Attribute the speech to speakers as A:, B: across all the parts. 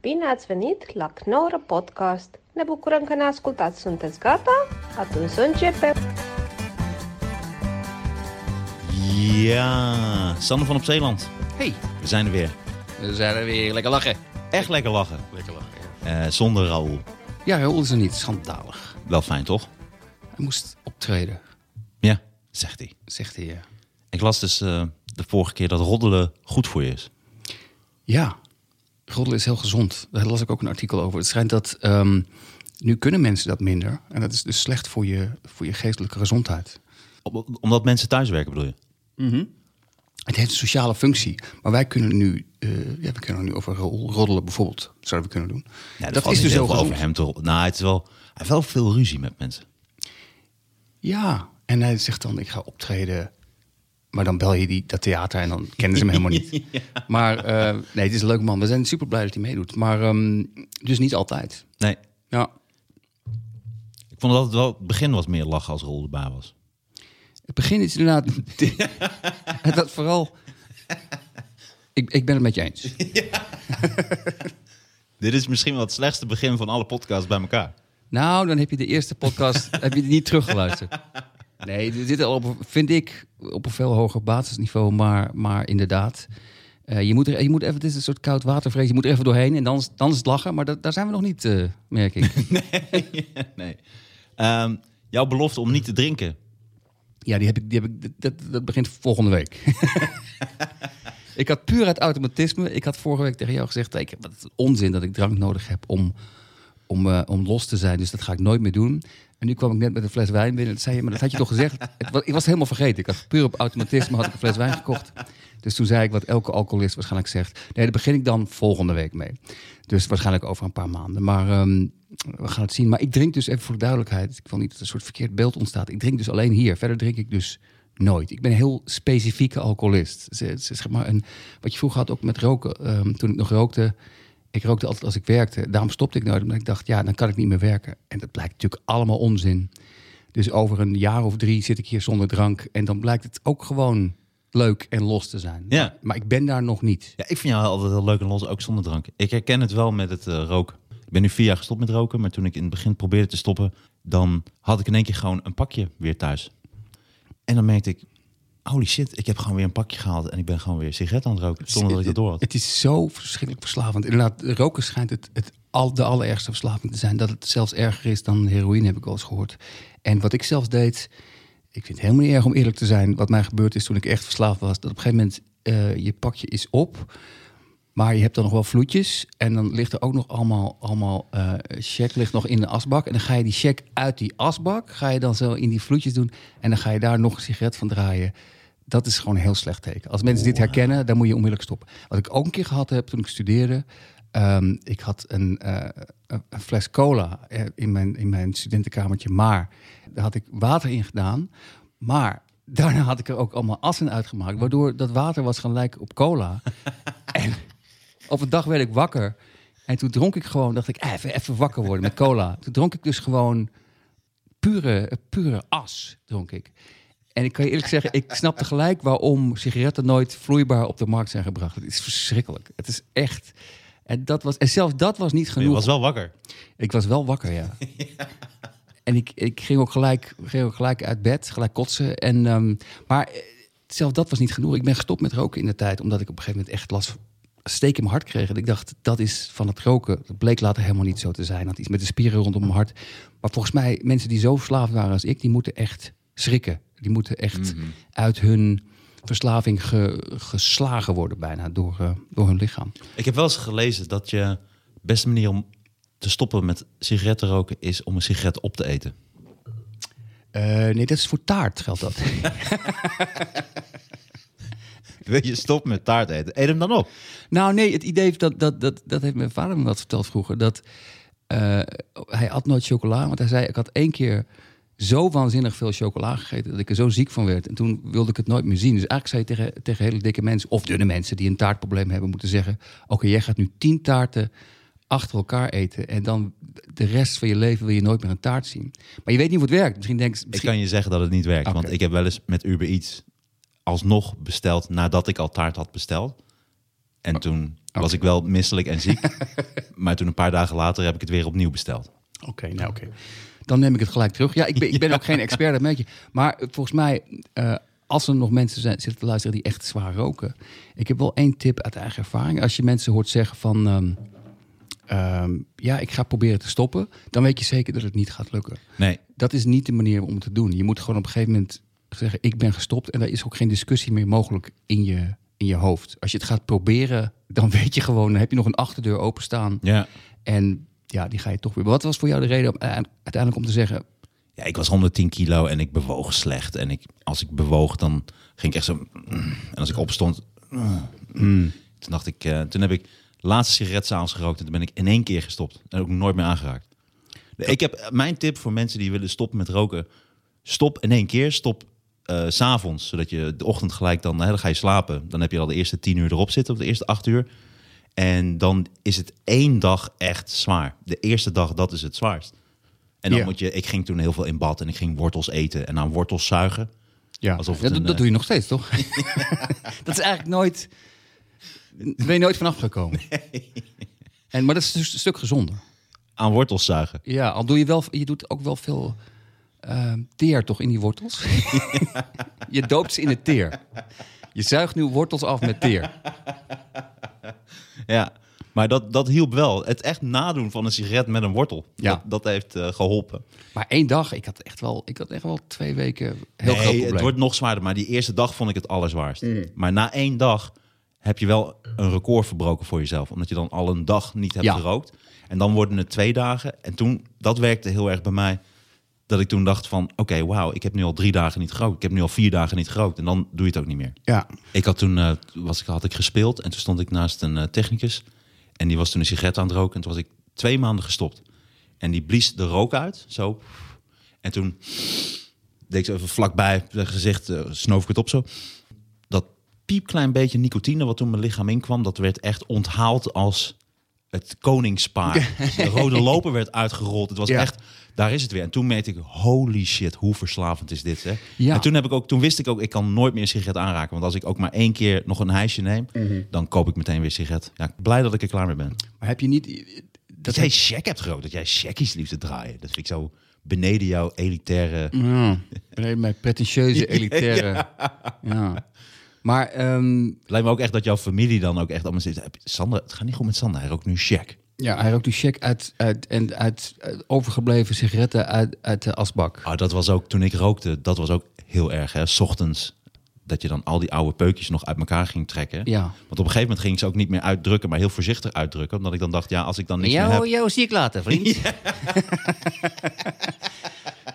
A: Bine ați venit la Knorr Podcast! Ne bucurăm că ne ascultați. Sunteți gata? Atunci să începem!
B: Ja, Sander van op Zeeland.
C: Hey,
B: We zijn er weer.
C: we zijn er weer. Lekker lachen.
B: Echt lekker lachen.
C: Lekker lachen, ja.
B: Eh, zonder Raoul.
C: Ja, Raoul is er niet. Schandalig.
B: Wel fijn, toch?
C: Hij moest optreden,
B: Ja, zegt hij.
C: zegt hij. ja.
B: Ik las dus eh, de vorige keer dat roddelen goed voor je is.
C: Ja, roddelen is heel gezond. Daar las ik ook een artikel over. Het schijnt dat ehm, nu kunnen mensen dat minder. En dat is dus slecht voor je, voor je geestelijke gezondheid.
B: Om- Omdat mensen thuiswerken bedoel je?
C: Het heeft een sociale functie. Maar wij kunnen nu, eh, ja, we kunnen nu over ro- roddelen bijvoorbeeld. Dat zouden we kunnen doen.
B: Ja, er
C: dat
B: valt
C: is
B: niet
C: dus
B: heel
C: heel
B: veel
C: gezond.
B: over hem te roddelen. Nou, het is wel, hij heeft wel veel ruzie met mensen.
C: Ja, en hij zegt dan, ik ga optreden. Maar dan bel je die, dat theater en dan kennen ze hem helemaal niet. Maar eh, nee, het is een leuk man. We zijn super blij dat hij meedoet. Maar ehm, dus niet altijd. Nou,
B: Nee,
C: Ja,
B: ik vond dat het wel het begin was meer lachen als Roel erbij was.
C: het begin is inderdaad... dat vooral... Ik, ik ben het met je eens.
B: Dit is misschien wel het slechtste begin van alle podcasts bij elkaar.
C: Nou, dan heb je de eerste podcast heb je die niet teruggeluisterd. Nee, dit zit al op, vind ik, op een veel hoger basisniveau, maar, maar inderdaad. Eh, je, moet er, je moet even, het is een soort koud watervrees, je moet er even doorheen en dan, is- dan is het lachen. Maar dat, daar zijn we nog niet, eh, merk ik.
B: nee. Ehm, jouw belofte om niet te drinken.
C: Ja, die heb ik, die heb ik dat- dat, dat begint volgende week. ik had puur uit automatisme, ik had vorige week tegen jou gezegd, ik, wat is onzin dat ik drank nodig heb om, om, eh, om los te zijn, dus dat ga ik nooit meer doen. En nu kwam ik net met een fles wijn binnen en zei je, maar dat had je toch gezegd? Het wa- ik was het helemaal vergeten, ik had puur op automatisme had ik een fles wijn gekocht. Dus toen zei ik wat elke alcoholist waarschijnlijk zegt, nee, daar begin ik dan volgende week mee. Dus waarschijnlijk over een paar maanden, maar ehm, we gaan het zien. Maar ik drink dus even voor de duidelijkheid, ik wil niet dat er een soort verkeerd beeld ontstaat. Ik drink dus alleen hier, verder drink ik dus nooit. Ik ben een heel specifieke alcoholist. Ze- ze- Zeg maar een, wat je vroeger had ook met roken. ehm, toen ik nog rookte, ik rookte altijd als ik werkte. Daarom stopte ik nooit, omdat ik dacht, ja, dan kan ik niet meer werken. En dat blijkt natuurlijk allemaal onzin. Dus over een jaar of drie zit ik hier zonder drank. En dan blijkt het ook gewoon leuk en los te zijn.
B: Ja.
C: Maar, maar ik ben daar nog niet.
B: Ja, ik vind jou altijd heel leuk en los, ook zonder drank. Ik herken het wel met het eh, roken. Ik ben nu vier jaar gestopt met roken, maar toen ik in het begin probeerde te stoppen, dan had ik in één keer gewoon een pakje weer thuis. En dan merkte ik, holy shit, ik heb gewoon weer een pakje gehaald en ik ben gewoon weer sigaret aan het roken, zonder dat ik dat door had.
C: Het is zo verschrikkelijk verslavend. Inderdaad, roken schijnt het, het al, de allerergste verslaving te zijn. Dat het zelfs erger is dan heroïne, heb ik al eens gehoord. En wat ik zelfs deed, ik vind het helemaal niet erg om eerlijk te zijn. Wat mij gebeurd is toen ik echt verslaafd was, dat op een gegeven moment eh, je pakje is op. Maar je hebt dan nog wel vloedjes. En dan ligt er ook nog allemaal, allemaal eh check ligt nog in de asbak. En dan ga je die check uit die asbak, ga je dan zo in die vloedjes doen. En dan ga je daar nog een sigaret van draaien. Dat is gewoon een heel slecht teken. Als mensen dit herkennen, dan moet je onmiddellijk stoppen. Wat ik ook een keer gehad heb toen ik studeerde. ehm, ik had een, eh, een een fles cola eh, in mijn, in mijn studentenkamertje. Maar daar had ik water in gedaan. Maar daarna had ik er ook allemaal assen uitgemaakt. Waardoor dat water was gaan lijken op cola. Op een dag werd ik wakker. En toen dronk ik gewoon, dacht ik, "Eh, even, even wakker worden met cola. Toen dronk ik dus gewoon pure, pure as, dronk ik. En ik kan je eerlijk zeggen, ik snapte gelijk waarom sigaretten nooit vloeibaar op de markt zijn gebracht. Het is verschrikkelijk. Het is echt. En, dat was, en zelfs dat was niet
B: Maar Je
C: genoeg.
B: was wel wakker.
C: Ik was wel wakker, ja. En ik, ik ging, ook gelijk, ging ook gelijk uit bed, gelijk kotsen. En, ehm, maar eh, zelf dat was niet genoeg. Ik ben gestopt met roken in de tijd, omdat ik op een gegeven moment echt last van steek in mijn hart kreeg. En ik dacht, dat is van het roken. Dat bleek later helemaal niet zo te zijn. Dat had iets met de spieren rondom mijn hart. Maar volgens mij, mensen die zo verslaafd waren als ik, die moeten echt schrikken. Die moeten echt uit hun verslaving ge- geslagen worden bijna door, eh, door hun lichaam.
B: Ik heb wel eens gelezen dat je beste manier om te stoppen met sigaretten roken is om een sigaret op te eten.
C: Eh, nee, dat is voor taart geldt dat.
B: Wil je stoppen met taart eten? Eet hem dan op.
C: Nou, nee, het idee heeft dat, dat, dat, dat heeft mijn vader me wat verteld vroeger. Dat eh, hij at nooit chocola, want hij zei: Ik had één keer zo waanzinnig veel chocola gegeten dat ik er zo ziek van werd. En toen wilde ik het nooit meer zien. Dus eigenlijk zou je tegen, tegen hele dikke mensen of dunne mensen die een taartprobleem hebben moeten zeggen: Oké, jij gaat nu tien taarten achter elkaar eten en dan de rest van je leven wil je nooit meer een taart zien. Maar je weet niet hoe het werkt. Misschien denk
B: Ik
C: misschien...
B: kan je zeggen dat het niet werkt. Want
C: Oké.
B: ik heb wel eens met Uber iets alsnog besteld nadat ik al taart had besteld. En toen was ik wel misselijk en ziek. Maar toen een paar dagen later heb ik het weer opnieuw besteld.
C: Oké, nou oké. Dan neem ik het gelijk terug. Ja, ik ben, ik ben ook geen expert, dat merk je. Maar eh, volgens mij, eh, als er nog mensen zijn, zitten te luisteren die echt zwaar roken. Ik heb wel één tip uit eigen ervaring. Als je mensen hoort zeggen van, ehm, ehm, ja, ik ga proberen te stoppen. Dan weet je zeker dat het niet gaat lukken.
B: Nee,
C: Dat is niet de manier om het te doen. Je moet gewoon op een gegeven moment zeggen, ik ben gestopt. En daar is ook geen discussie meer mogelijk in je, in je hoofd. Als je het gaat proberen, dan weet je gewoon, dan heb je nog een achterdeur openstaan.
B: ja.
C: En ja, die ga je toch weer. Wat was voor jou de reden om, eh, uiteindelijk om te zeggen:
B: Ja, ik was 110 kilo en ik bewoog slecht. En ik, als ik bewoog, dan ging ik echt zo... mm. En als ik opstond... mm, mm. Toen dacht ik... eh, toen heb ik de laatste sigaret s'avonds gerookt. En toen ben ik in één keer gestopt. En ook nooit meer aangeraakt. Ik heb eh, mijn tip voor mensen die willen stoppen met roken. Stop in één keer. Stop eh, s s'avonds. Zodat je de ochtend gelijk dan... Hè, dan ga je slapen. Dan heb je al de eerste 10 uur erop zitten. Of de eerste 8 uur. En dan is het één dag echt zwaar. De eerste dag, dat is het zwaarst. En dan
C: Ja.
B: moet je, ik ging toen heel veel in bad en ik ging wortels eten en aan wortels zuigen.
C: Ja,
B: Alsof het
C: dat,
B: een,
C: dat
B: eh,
C: doe je nog steeds, toch? dat is eigenlijk nooit. Daar ben je nooit vanaf gekomen. En, maar dat is dus een stuk gezonder.
B: Aan wortels zuigen.
C: Ja, al doe je wel, je doet ook wel veel ehm, teer toch in die wortels. je doopt ze in het teer. Je zuigt nu wortels af met teer.
B: Ja, maar dat, dat hielp wel. Het echt nadoen van een sigaret met een wortel.
C: Ja.
B: Dat, dat heeft eh, geholpen.
C: Maar één dag, ik had echt wel, ik had echt wel twee weken heel
B: Nee,
C: groot probleem.
B: het wordt nog zwaarder, maar die eerste dag vond ik het allerzwaarst. Maar na één dag heb je wel een record verbroken voor jezelf. Omdat je dan al een dag niet hebt
C: Ja.
B: gerookt. En dan worden het twee dagen. En toen, dat werkte heel erg bij mij. Dat ik toen dacht van, oké, wauw, ik heb nu al drie dagen niet gerookt. Ik heb nu al vier dagen niet gerookt. En dan doe je het ook niet meer.
C: Ja,
B: Ik had toen eh, was ik, had ik gespeeld en toen stond ik naast een eh, technicus. En die was toen een sigaret aan het roken. En toen was ik twee maanden gestopt. En die blies de rook uit, zo. En toen deed ik zo even vlakbij zijn gezicht, eh, snoof ik het op zo. Dat piepklein beetje nicotine wat toen mijn lichaam inkwam... dat werd echt onthaald als het koningspaar. Dus De rode loper werd uitgerold. Het was
C: Ja.
B: echt, daar is het weer. En toen meet ik, holy shit, hoe verslavend is dit, hè?
C: Ja.
B: En toen, heb ik ook, toen wist ik ook, ik kan nooit meer een sigaret aanraken. Want als ik ook maar één keer nog een hijsje neem, dan koop ik meteen weer een sigaret. Ja, blij dat ik er klaar mee ben. Dat,
C: maar heb je niet... Dat
B: jij check hebt groot, dat jij checkies liefst te draaien. Dat vind ik zo beneden jouw elitaire...
C: Ja, beneden mij pretentieuze, elitaire. ja. Maar ehm,
B: Lijkt me ook echt dat jouw familie dan ook echt allemaal zit. "Heb- Sander, het gaat niet goed met Sander, hij rookt nu check.
C: ja, hij rookt die check uit, uit, en uit, uit overgebleven sigaretten uit, uit de asbak.
B: Ah, dat was ook, toen ik rookte, dat was ook heel erg, hè. 's ochtends, dat je dan al die oude peukjes nog uit elkaar ging trekken.
C: Ja.
B: Want op een gegeven moment ging ik ze ook niet meer uitdrukken, maar heel voorzichtig uitdrukken. Omdat ik dan dacht, ja, als ik dan niks meer heb...
C: jou zie ik later, vriend.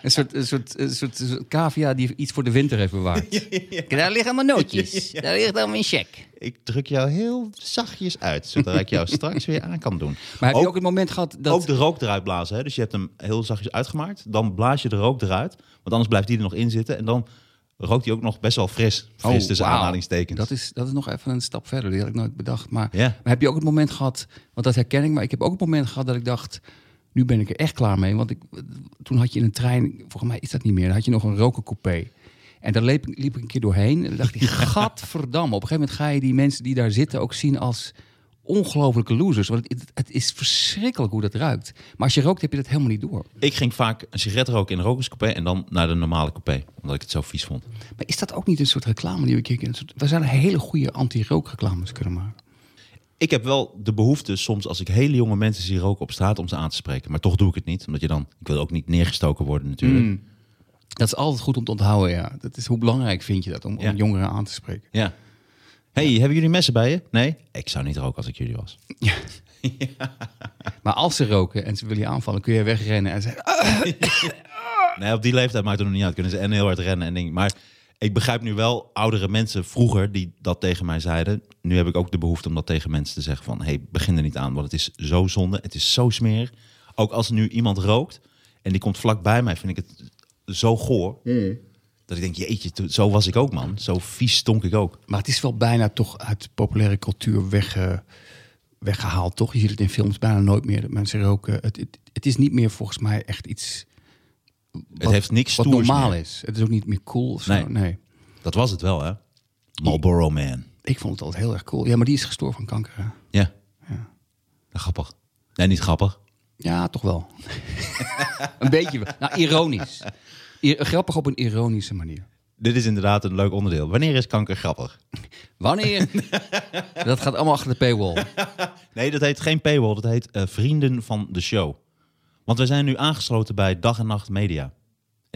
C: een, soort, een, soort, een soort een soort cavia die iets voor de winter heeft bewaard. Daar liggen allemaal nootjes. Daar ligt allemaal een check.
B: Ik druk jou heel zachtjes uit, zodat ik jou straks weer aan kan doen.
C: Maar heb
B: ook,
C: je ook het moment gehad dat...
B: ook de rook eruit blazen. Hè? Dus je hebt hem heel zachtjes uitgemaakt. Dan blaas je de rook eruit. Want anders blijft die er nog in zitten. En dan rookt hij ook nog best wel fris. Fris
C: Oh,
B: tussen
C: wauw.
B: aanhalingstekens.
C: Dat is, dat is nog even een stap verder. Die had ik nooit bedacht. Maar,
B: Ja.
C: maar heb je ook het moment gehad, want dat herken ik, maar ik heb ook het moment gehad dat ik dacht, nu ben ik er echt klaar mee. Want ik, toen had je in een trein, volgens mij is dat niet meer, dan had je nog een rokencoupé. En daar liep, liep ik een keer doorheen en dan dacht ik, gadverdamme. Op een gegeven moment ga je die mensen die daar zitten ook zien als ongelofelijke losers. Want het, het is verschrikkelijk hoe dat ruikt. Maar als je rookt heb je dat helemaal niet door.
B: Ik ging vaak een sigaret roken in een rokerscoupé. En dan naar de normale coupé. Omdat ik het zo vies vond.
C: Maar is dat ook niet een soort reclame die we kijken? Een soort- We zouden hele goede anti-rookreclames kunnen maken.
B: Ik heb wel de behoefte soms als ik hele jonge mensen zie roken op straat om ze aan te spreken. Maar toch doe ik het niet. Omdat je dan... Ik wil ook niet neergestoken worden natuurlijk.
C: Mm. Dat is altijd goed om te onthouden, ja. Dat is, hoe belangrijk vind je dat om, om
B: Ja.
C: jongeren aan te spreken?
B: Ja. hey, hebben jullie messen bij je? Nee? Ik zou niet roken als ik jullie was.
C: Maar als ze roken en ze willen je aanvallen, kun je wegrennen en zeggen... "Ah,
B: Nee, op die leeftijd maakt het nog niet uit. Kunnen ze en heel hard rennen en dingen. Maar ik begrijp nu wel oudere mensen vroeger die dat tegen mij zeiden. Nu heb ik ook de behoefte om dat tegen mensen te zeggen van... hey, begin er niet aan, want het is zo zonde. Het is zo smerig. Ook als nu iemand rookt en die komt vlak bij mij, vind ik het zo goor.
C: Mm.
B: Dat ik denk, jeetje, toen- zo was ik ook, man. Zo vies stonk ik ook.
C: Maar het is wel bijna toch uit populaire cultuur wegge- weggehaald, toch? Je ziet het in films bijna nooit meer, dat mensen roken. Het, het, het is niet meer volgens mij echt iets
B: het heeft niks
C: wat
B: stoers
C: normaal
B: meer.
C: is. Het is ook niet meer cool of zo.
B: Nee.
C: Nee.
B: Dat was het wel, hè? Marlboro Man.
C: Ik vond het altijd heel erg cool. Ja, maar die is gestorven van kanker, hè?
B: Ja. Grappig. Nee, niet grappig.
C: Ja, toch wel. een beetje wel. Nou, ironisch. I- grappig op een ironische manier.
B: Dit is inderdaad een leuk onderdeel. Wanneer is kanker grappig?
C: Wanneer? dat gaat allemaal achter de paywall.
B: Nee, dat heet geen paywall. Dat heet eh, vrienden van de show. Want wij zijn nu aangesloten bij Dag en Nacht Media. En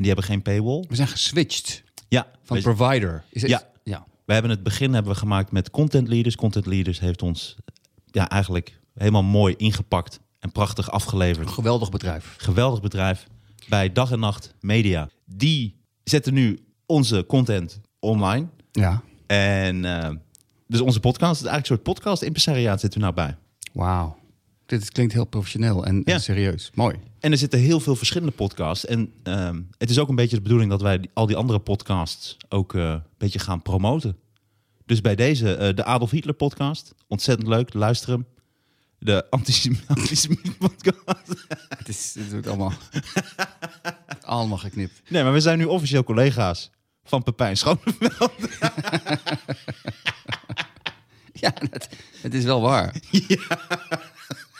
B: die hebben geen paywall.
C: We zijn geswitcht
B: Ja,
C: van
B: wij-
C: provider. Is het-
B: Ja.
C: ja.
B: We hebben het begin hebben we gemaakt met content leaders. Content leaders heeft ons ja, eigenlijk helemaal mooi ingepakt en prachtig afgeleverd.
C: Geweldig bedrijf.
B: Geweldig bedrijf bij Dag en Nacht Media. Die zetten nu onze content online.
C: Ja.
B: En eh, dus onze podcast, het is eigenlijk een soort podcast impresariaat zitten we nou bij.
C: Wauw. Dit klinkt heel professioneel en, en
B: Ja.
C: serieus. Mooi.
B: En er zitten heel veel verschillende podcasts. En ehm, het is ook een beetje de bedoeling dat wij die- al die andere podcasts ook eh, een beetje gaan promoten. Dus bij deze, eh, de Adolf Hitler podcast. Ontzettend leuk, luister hem. De antisem- antisemiet podcast.
C: Het, is, het wordt allemaal... allemaal geknipt.
B: Nee, maar we zijn nu officieel collega's van Pepijn Schoneveld.
C: Ja, dat, het is wel waar.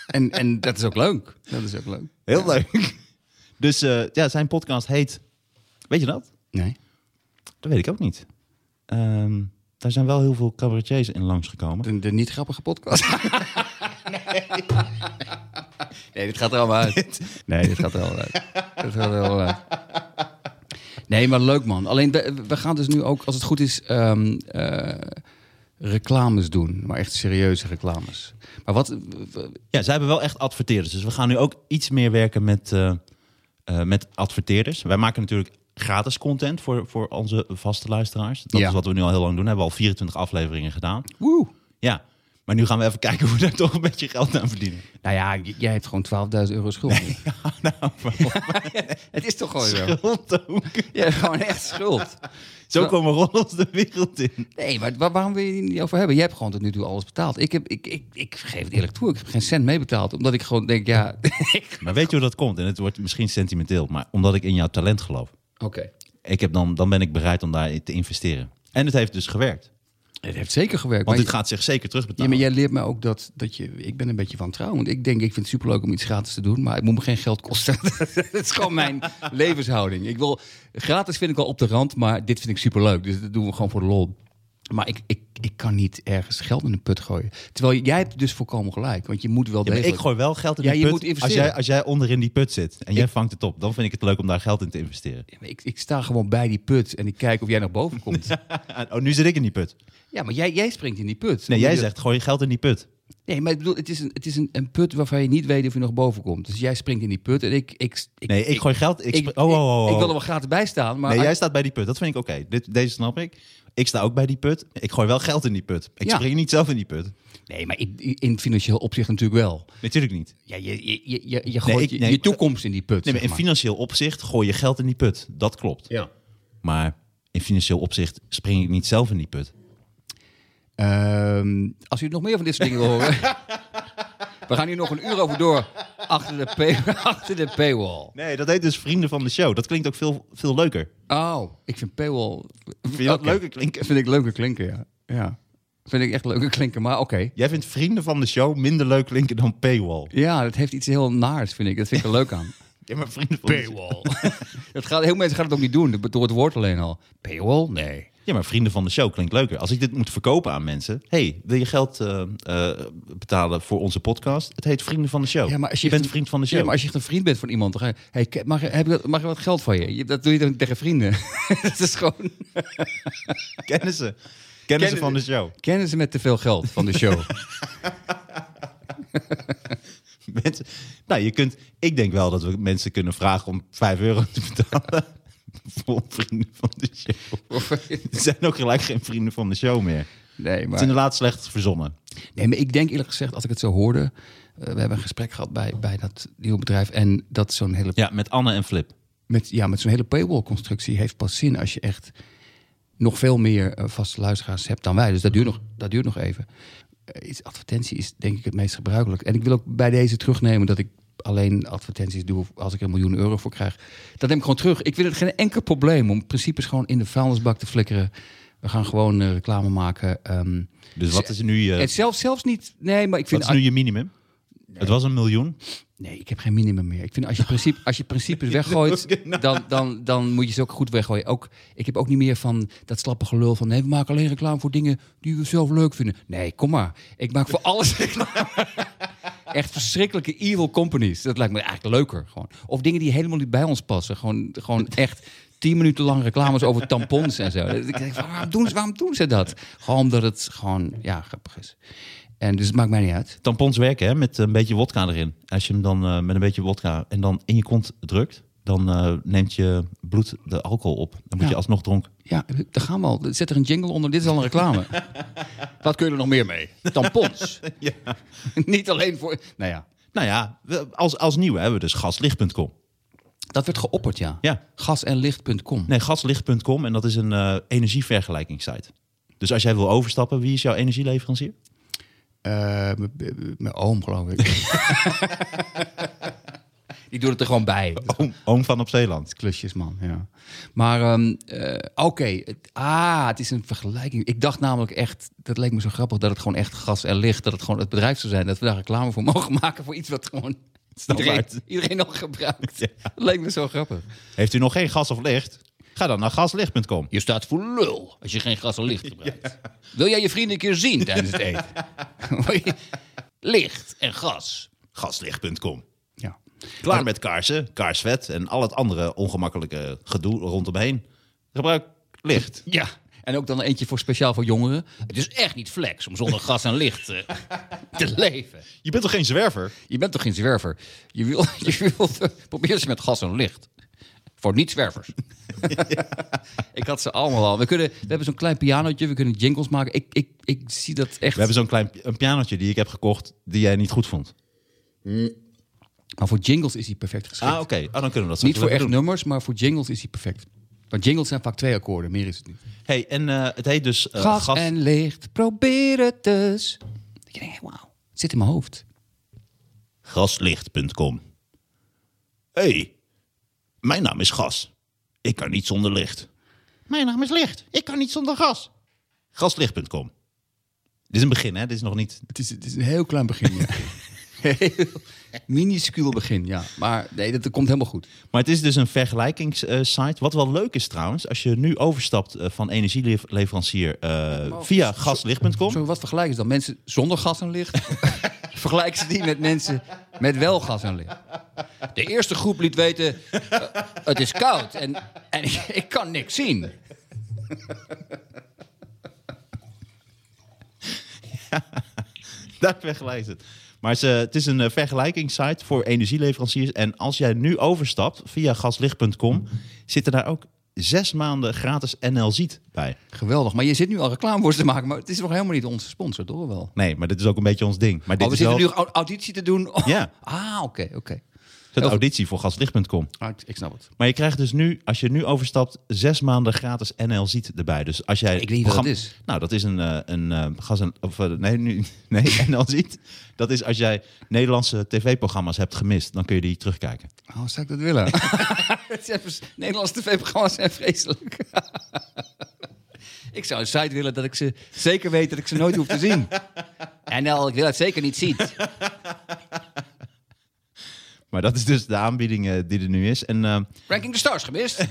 C: En, en dat is ook leuk. Dat is ook leuk.
B: Heel leuk. Dus eh, ja, zijn podcast heet... Weet je dat?
C: Nee.
B: Dat weet ik ook niet. Ehm, daar zijn wel heel veel cabaretiers in langsgekomen.
C: De, de niet grappige podcast. nee. dit gaat er allemaal uit. Nee, dit gaat er allemaal uit. Dit gaat er allemaal uit. Nee, maar leuk man. Alleen we, we gaan dus nu ook, als het goed is, ehm, eh, reclames doen. Maar echt serieuze reclames. Maar wat,
B: Ja, zij hebben wel echt adverteerders. Dus we gaan nu ook iets meer werken met, eh, eh, met adverteerders. Wij maken natuurlijk gratis content voor, voor onze vaste luisteraars. Dat
C: Ja.
B: is wat we nu al heel lang doen. Hebben we al 24 afleveringen gedaan.
C: woe.
B: Ja, maar nu gaan we even kijken hoe we daar toch een beetje geld aan verdienen.
C: Nou ja, j- jij hebt gewoon 12.000 euro schuld. het is toch gewoon zo.
B: Geld ook.
C: Je hebt gewoon echt schuld.
B: Zo komen rollers de wereld in.
C: Nee, maar waar- waarom wil je het niet over hebben? Jij hebt gewoon tot nu toe alles betaald. Ik, heb, ik, ik, ik geef het eerlijk toe, ik heb geen cent meebetaald. Omdat ik gewoon denk, ja... ik-
B: Maar weet je hoe dat komt? En het wordt misschien sentimenteel, maar omdat ik in jouw talent geloof.
C: Oké.
B: Ik heb dan, dan ben ik bereid om daarin te investeren. En het heeft dus gewerkt.
C: Het heeft zeker gewerkt.
B: Want
C: maar
B: dit gaat zich zeker
C: Ja,
B: terugbetalen.
C: maar jij leert mij ook dat, dat je... Ik ben een beetje van trouw. Want ik denk, ik vind het superleuk om iets gratis te doen. Maar het moet me geen geld kosten. dat is gewoon mijn levenshouding. Ik wil, gratis vind ik wel op de rand. Maar dit vind ik superleuk. Dus dat doen we gewoon voor de lol. Maar ik, ik, ik kan niet ergens geld in een put gooien. Terwijl jij hebt dus volkomen gelijk. Want je moet wel
B: Ja, maar
C: degelijk...
B: ik gooi wel geld in
C: Ja,
B: die
C: je
B: put.
C: moet
B: als,
C: investeren.
B: jij, als jij onderin die put zit en jij vangt het op, dan vind ik het leuk om daar geld in te investeren.
C: Ja, maar ik, ik sta gewoon bij die put en ik kijk of jij naar boven komt.
B: Oh, nu zit ik in die put.
C: Ja, maar jij, jij springt in die put.
B: Nee,
C: Omdat
B: jij
C: je-
B: zegt gooi je geld in die put.
C: Nee, maar ik bedoel, het is, een, het is een, een put waarvan je niet weet of je nog boven komt. Dus jij springt in die put en ik... ik, ik
B: Nee, ik, gooi geld. Ik,
C: ik,
B: spring- oh, oh, oh, oh.
C: ik wil er wel gratis bij staan, maar...
B: Nee, jij staat bij die put. Dat vind ik oké. Dit, Deze snap ik. Ik sta ook bij die put. Ik gooi wel geld in die put. Ik
C: Ja.
B: spring niet zelf in die put.
C: Nee, maar in, in financieel opzicht natuurlijk wel.
B: Natuurlijk niet.
C: Ja, je, je, je, je, je gooit
B: ik-
C: je-
B: nee,
C: je toekomst in die put,
B: Nee, maar in
C: zeg maar.
B: financieel opzicht gooi je geld in die put. Dat klopt.
C: Ja.
B: Maar in financieel opzicht spring ik niet zelf in die put.
C: Ehm, als u nog meer van dit soort dingen wil horen... We gaan hier nog een uur over door achter de, pay- achter de paywall.
B: Nee, dat heet dus vrienden van de show. Dat klinkt ook veel, veel leuker.
C: Oh, ik vind paywall...
B: Vind je dat
C: Oké.
B: leuker klinken?
C: Vind ik leuker klinken, ja. ja. Vind ik echt leuker klinken, maar oké.
B: Jij vindt vrienden van de show minder leuk klinken dan paywall.
C: Ja, dat heeft iets heel naars, vind ik. Dat vind ik er leuk aan.
B: Ja, maar vrienden van de,
C: Paywall. dat gaat, heel veel mensen gaan het ook niet doen, door het woord alleen al. Paywall? Nee.
B: ja, maar vrienden van de show klinkt leuker. Als ik dit moet verkopen aan mensen. hey, wil je geld eh, eh, betalen voor onze podcast? Het heet vrienden van de show. je, bent vriend van de show.
C: Ja, maar als je echt een vriend bent van iemand, dan ga je... Hey, Ke- mag, je- heb je, dat- mag je wat geld van je? Je- Dat doe je dan tegen vrienden. dat is gewoon...
B: Kennissen. Kennissen van de show.
C: Kennen ze met te veel geld van de show.
B: Mensen, nou, je kunt, ik denk wel dat we mensen kunnen vragen om 5 euro te betalen. voor vrienden van de show. Er zijn ook gelijk geen vrienden van de show meer.
C: nee,
B: Het
C: maar...
B: is inderdaad slecht verzonnen.
C: Nee, maar ik denk eerlijk gezegd, als ik het zo hoorde... eh, we hebben een gesprek gehad bij, bij dat nieuwe bedrijf... en dat zo'n hele
B: Ja, met Anne en Flip.
C: met, ja, met zo'n hele paywall-constructie heeft pas zin als je echt nog veel meer eh, vaste luisteraars hebt dan wij. Dus dat duurt nog, dat duurt nog even. Eh, is- advertentie is denk ik het meest gebruikelijk. En ik wil ook bij deze terugnemen dat ik alleen advertenties doe als ik er een miljoen euro voor krijg. Dat neem ik gewoon terug. Ik vind het geen enkel probleem om principes gewoon in de vuilnisbak te flikkeren. We gaan gewoon eh, reclame maken. ehm.
B: Dus wat is nu je,
C: het zelfs, zelfs niet. Nee, maar ik
B: wat
C: vind.
B: is nu je minimum? Het was een miljoen.
C: Nee, ik heb geen minimum meer. Ik vind als je, principe, als je principes weggooit, dan, dan, dan moet je ze ook goed weggooien. Ook, ik heb ook niet meer van dat slappe gelul van nee, we maken alleen reclame voor dingen die we zelf leuk vinden. Nee, kom maar. Ik maak voor alles reclame. Echt verschrikkelijke evil companies. Dat lijkt me eigenlijk leuker. Gewoon. Of dingen die helemaal niet bij ons passen. Gewoon, gewoon echt tien minuten lang reclames over tampons en zo. Ik denk, waarom, doen ze, waarom doen ze dat? Gewoon omdat het gewoon ja, grappig is. En dus het maakt mij niet uit.
B: Tampons werken hè, met een beetje wodka erin. Als je hem dan eh, met een beetje wodka en dan in je kont drukt, dan eh, neemt je bloed de alcohol op. Dan moet
C: Ja.
B: je alsnog dronken.
C: Ja, daar gaan we al. Zet er een jingle onder. Dit is al een reclame. Wat kun je er nog meer mee? Tampons. Niet alleen voor... Nou ja,
B: Nou ja, we- als, als nieuwe hebben we dus gaslicht.com.
C: dat werd geopperd, ja.
B: Ja.
C: Gasenlicht.com.
B: Nee, gaslicht.com en dat is een eh, energievergelijkingssite. Dus als jij wil overstappen, wie is jouw energieleverancier?
C: Eh, m- m- m- mijn oom, geloof ik. Die doet het er gewoon bij.
B: Oom, oom van op Zeeland.
C: Klusjes, man. Ja. Maar ehm, eh, oké. Het- Ah, het is een vergelijking. Ik dacht namelijk echt... Dat leek me zo grappig dat het gewoon echt gas en licht... dat het gewoon het bedrijf zou zijn. Dat we daar reclame voor mogen maken voor iets wat gewoon... Iedereen,
B: Standaard.
C: iedereen al gebruikt. Dat leek me zo grappig.
B: Heeft u nog geen gas of licht? Ga dan naar gaslicht.com.
C: Je staat voor lul als je geen gas en licht gebruikt. Wil jij je vrienden een keer zien tijdens het eten? Wil je- licht en gas.
B: Gaslicht.com.
C: Ja.
B: Klaar met kaarsen, kaarsvet en al het andere ongemakkelijke gedoe rondomheen. Gebruik licht.
C: ja. En ook dan eentje voor speciaal voor jongeren. Het is echt niet flex om zonder gas en licht eh, te leven.
B: Je bent toch geen zwerver?
C: Je bent toch geen zwerver? Je wil, je wil probeer ze met gas en licht. Voor niet-zwervers. ik had ze allemaal al. We, kunnen, we hebben zo'n klein pianootje, we kunnen jingles maken. Ik, ik, ik zie dat echt.
B: We hebben zo'n klein een pianotje die ik heb gekocht die jij niet goed vond.
C: Maar voor jingles is hij perfect geschikt.
B: Ah, oké. Ah, dan kunnen we dat
C: Niet
B: straks
C: voor
B: wel
C: echt
B: doen.
C: nummers, maar voor jingles is hij perfect. Want jingles zijn vaak twee akkoorden, meer is het niet.
B: Hey, en eh, het heet dus eh,
C: gas,
B: gas.
C: en licht, probeer het dus. Dat je denkt, wauw, het zit in mijn hoofd.
B: Gaslicht.com. hey, mijn naam is Gas. Ik kan niet zonder licht. Mijn naam is Licht. Ik kan niet zonder gas. Gaslicht.com. Dit is een begin, hè? Dit is nog niet...
C: Het is, het is een heel klein begin, ja. heel minuscuul begin, ja. Maar nee, dat, dat komt helemaal goed.
B: Maar het is dus een vergelijkingssite. Wat wel leuk is trouwens, als je nu overstapt eh, van energieleverancier eh, via gaslicht.com.
C: Sorry, wat vergelijken ze dan? Mensen zonder gas en licht? vergelijken ze die met mensen met wel gas en licht? De eerste groep liet weten, eh, het is koud en, en ik kan niks zien.
B: Daar vergelijkt het. Maar ze, het is een eh, vergelijkingssite voor energieleveranciers. En als jij nu overstapt via gaslicht.com, zitten daar ook zes maanden gratis NL-ziet bij.
C: Geweldig, maar je zit nu al reclame voor ze te maken, maar het is nog helemaal niet onze sponsor, toch wel?
B: Nee, maar dit is ook een beetje ons ding. Maar dit
C: Oh, we
B: is wel
C: zitten nu au- auditie te doen.
B: Ja.
C: Ah, oké, oké.
B: de
C: Oh.
B: auditie voor gaslicht.com.
C: Ah, ik, ik snap het.
B: Maar je krijgt dus nu, als je nu overstapt, zes maanden gratis NL ziet erbij. Dus als jij
C: Ik weet niet wat dat
B: programma-
C: is.
B: Nou, dat is een, eh, een eh, gas en of eh, nee, nu, nee, NL ziet. Dat is als jij Nederlandse tv-programma's hebt gemist, dan kun je die terugkijken.
C: Oh, zou ik dat willen? Het zijn vers- Nederlandse tv-programma's zijn vreselijk. ik zou een site willen dat ik ze zeker weet dat ik ze nooit hoef te zien. NL, ik wil het zeker niet zien.
B: Maar dat is dus de aanbieding eh, die er nu is. En eh,
C: Ranking the Stars gemist.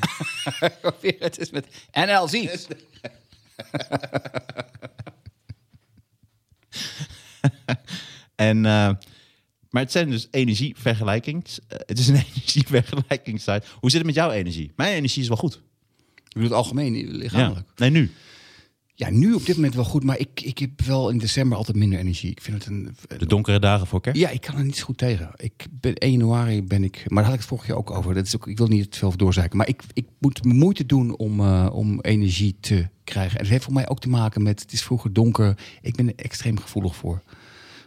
C: Weer, het is met NL ziet.
B: En, eh, maar het zijn dus energievergelijkings. eh, het is een energievergelijkingssite. Hoe zit het met jouw energie? Mijn energie is wel goed.
C: Ik bedoel het algemeen, lichamelijk.
B: Nee, nu.
C: Ja. nu op dit moment wel goed, maar ik, ik heb wel in december altijd minder energie. Ik vind het een,
B: De donkere dagen voor kerst.
C: Ja, ik kan er niet zo goed tegen. Ik ben, 1 januari ben ik... Maar daar had ik het vorig jaar ook over. Dat is ook, ik wil niet het veel over doorzeiken. Maar ik, ik moet moeite doen om, eh, om energie te krijgen. En het heeft voor mij ook te maken met... Het is vroeger donker. Ik ben er extreem gevoelig voor.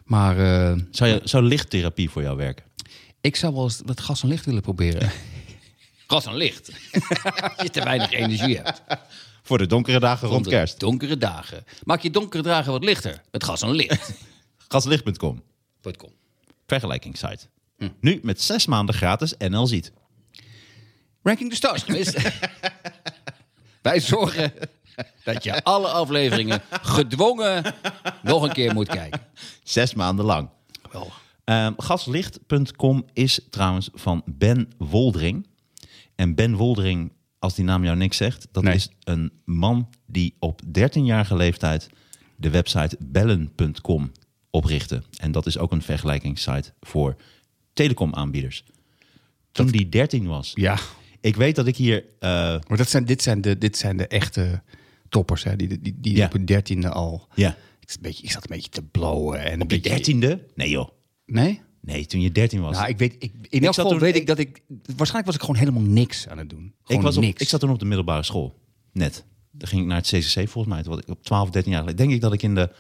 C: Maar eh,
B: Zou, je, zou lichttherapie voor jou werken?
C: ik zou wel eens wat gas en licht willen proberen. gas en licht? Als je te weinig energie hebt.
B: Voor de donkere dagen rond
C: Donkere-
B: kerst.
C: Donkere dagen. Maak je donkere dagen wat lichter. Met gas en licht.
B: Gaslicht.com.
C: Punt com.
B: Vergelijkingssite.
C: Hm.
B: Nu met zes maanden gratis NL ziet.
C: Ranking the Stars gemist. Wij zorgen dat je alle afleveringen gedwongen nog een keer moet kijken.
B: Zes maanden lang.
C: Wel.
B: Ehm, gaslicht.com is trouwens van Ben Woldering. En Ben Woldering, als die naam jou niks zegt, dat
C: Nee.
B: is een man die op 13-jarige leeftijd de website bellen.com oprichtte. En dat is ook een vergelijkingssite voor telecomaanbieders. Toen die 13 was.
C: Ja,
B: Ik weet dat ik hier eh,
C: maar dat zijn, dit, zijn de, dit zijn de echte toppers, hè? die, die, die
B: Ja.
C: op hun dertiende al...
B: Ja.
C: Ik, zat een beetje, ik zat een beetje te blowen. En een
B: op je
C: beetje-
B: 13e. Nee joh.
C: Nee?
B: Nee, toen je 13 was.
C: Nou, ik weet, ik, in elk
B: zat
C: geval
B: toen-
C: weet
B: ik-
C: ik dat ik... Waarschijnlijk was ik gewoon helemaal niks aan het doen. Gewoon
B: ik, was op,
C: niks.
B: ik zat toen op de middelbare school. Net. Dan ging ik naar het CCC volgens mij. Toen was ik op 12, 13 jaar geleden. Denk ik dat ik in de...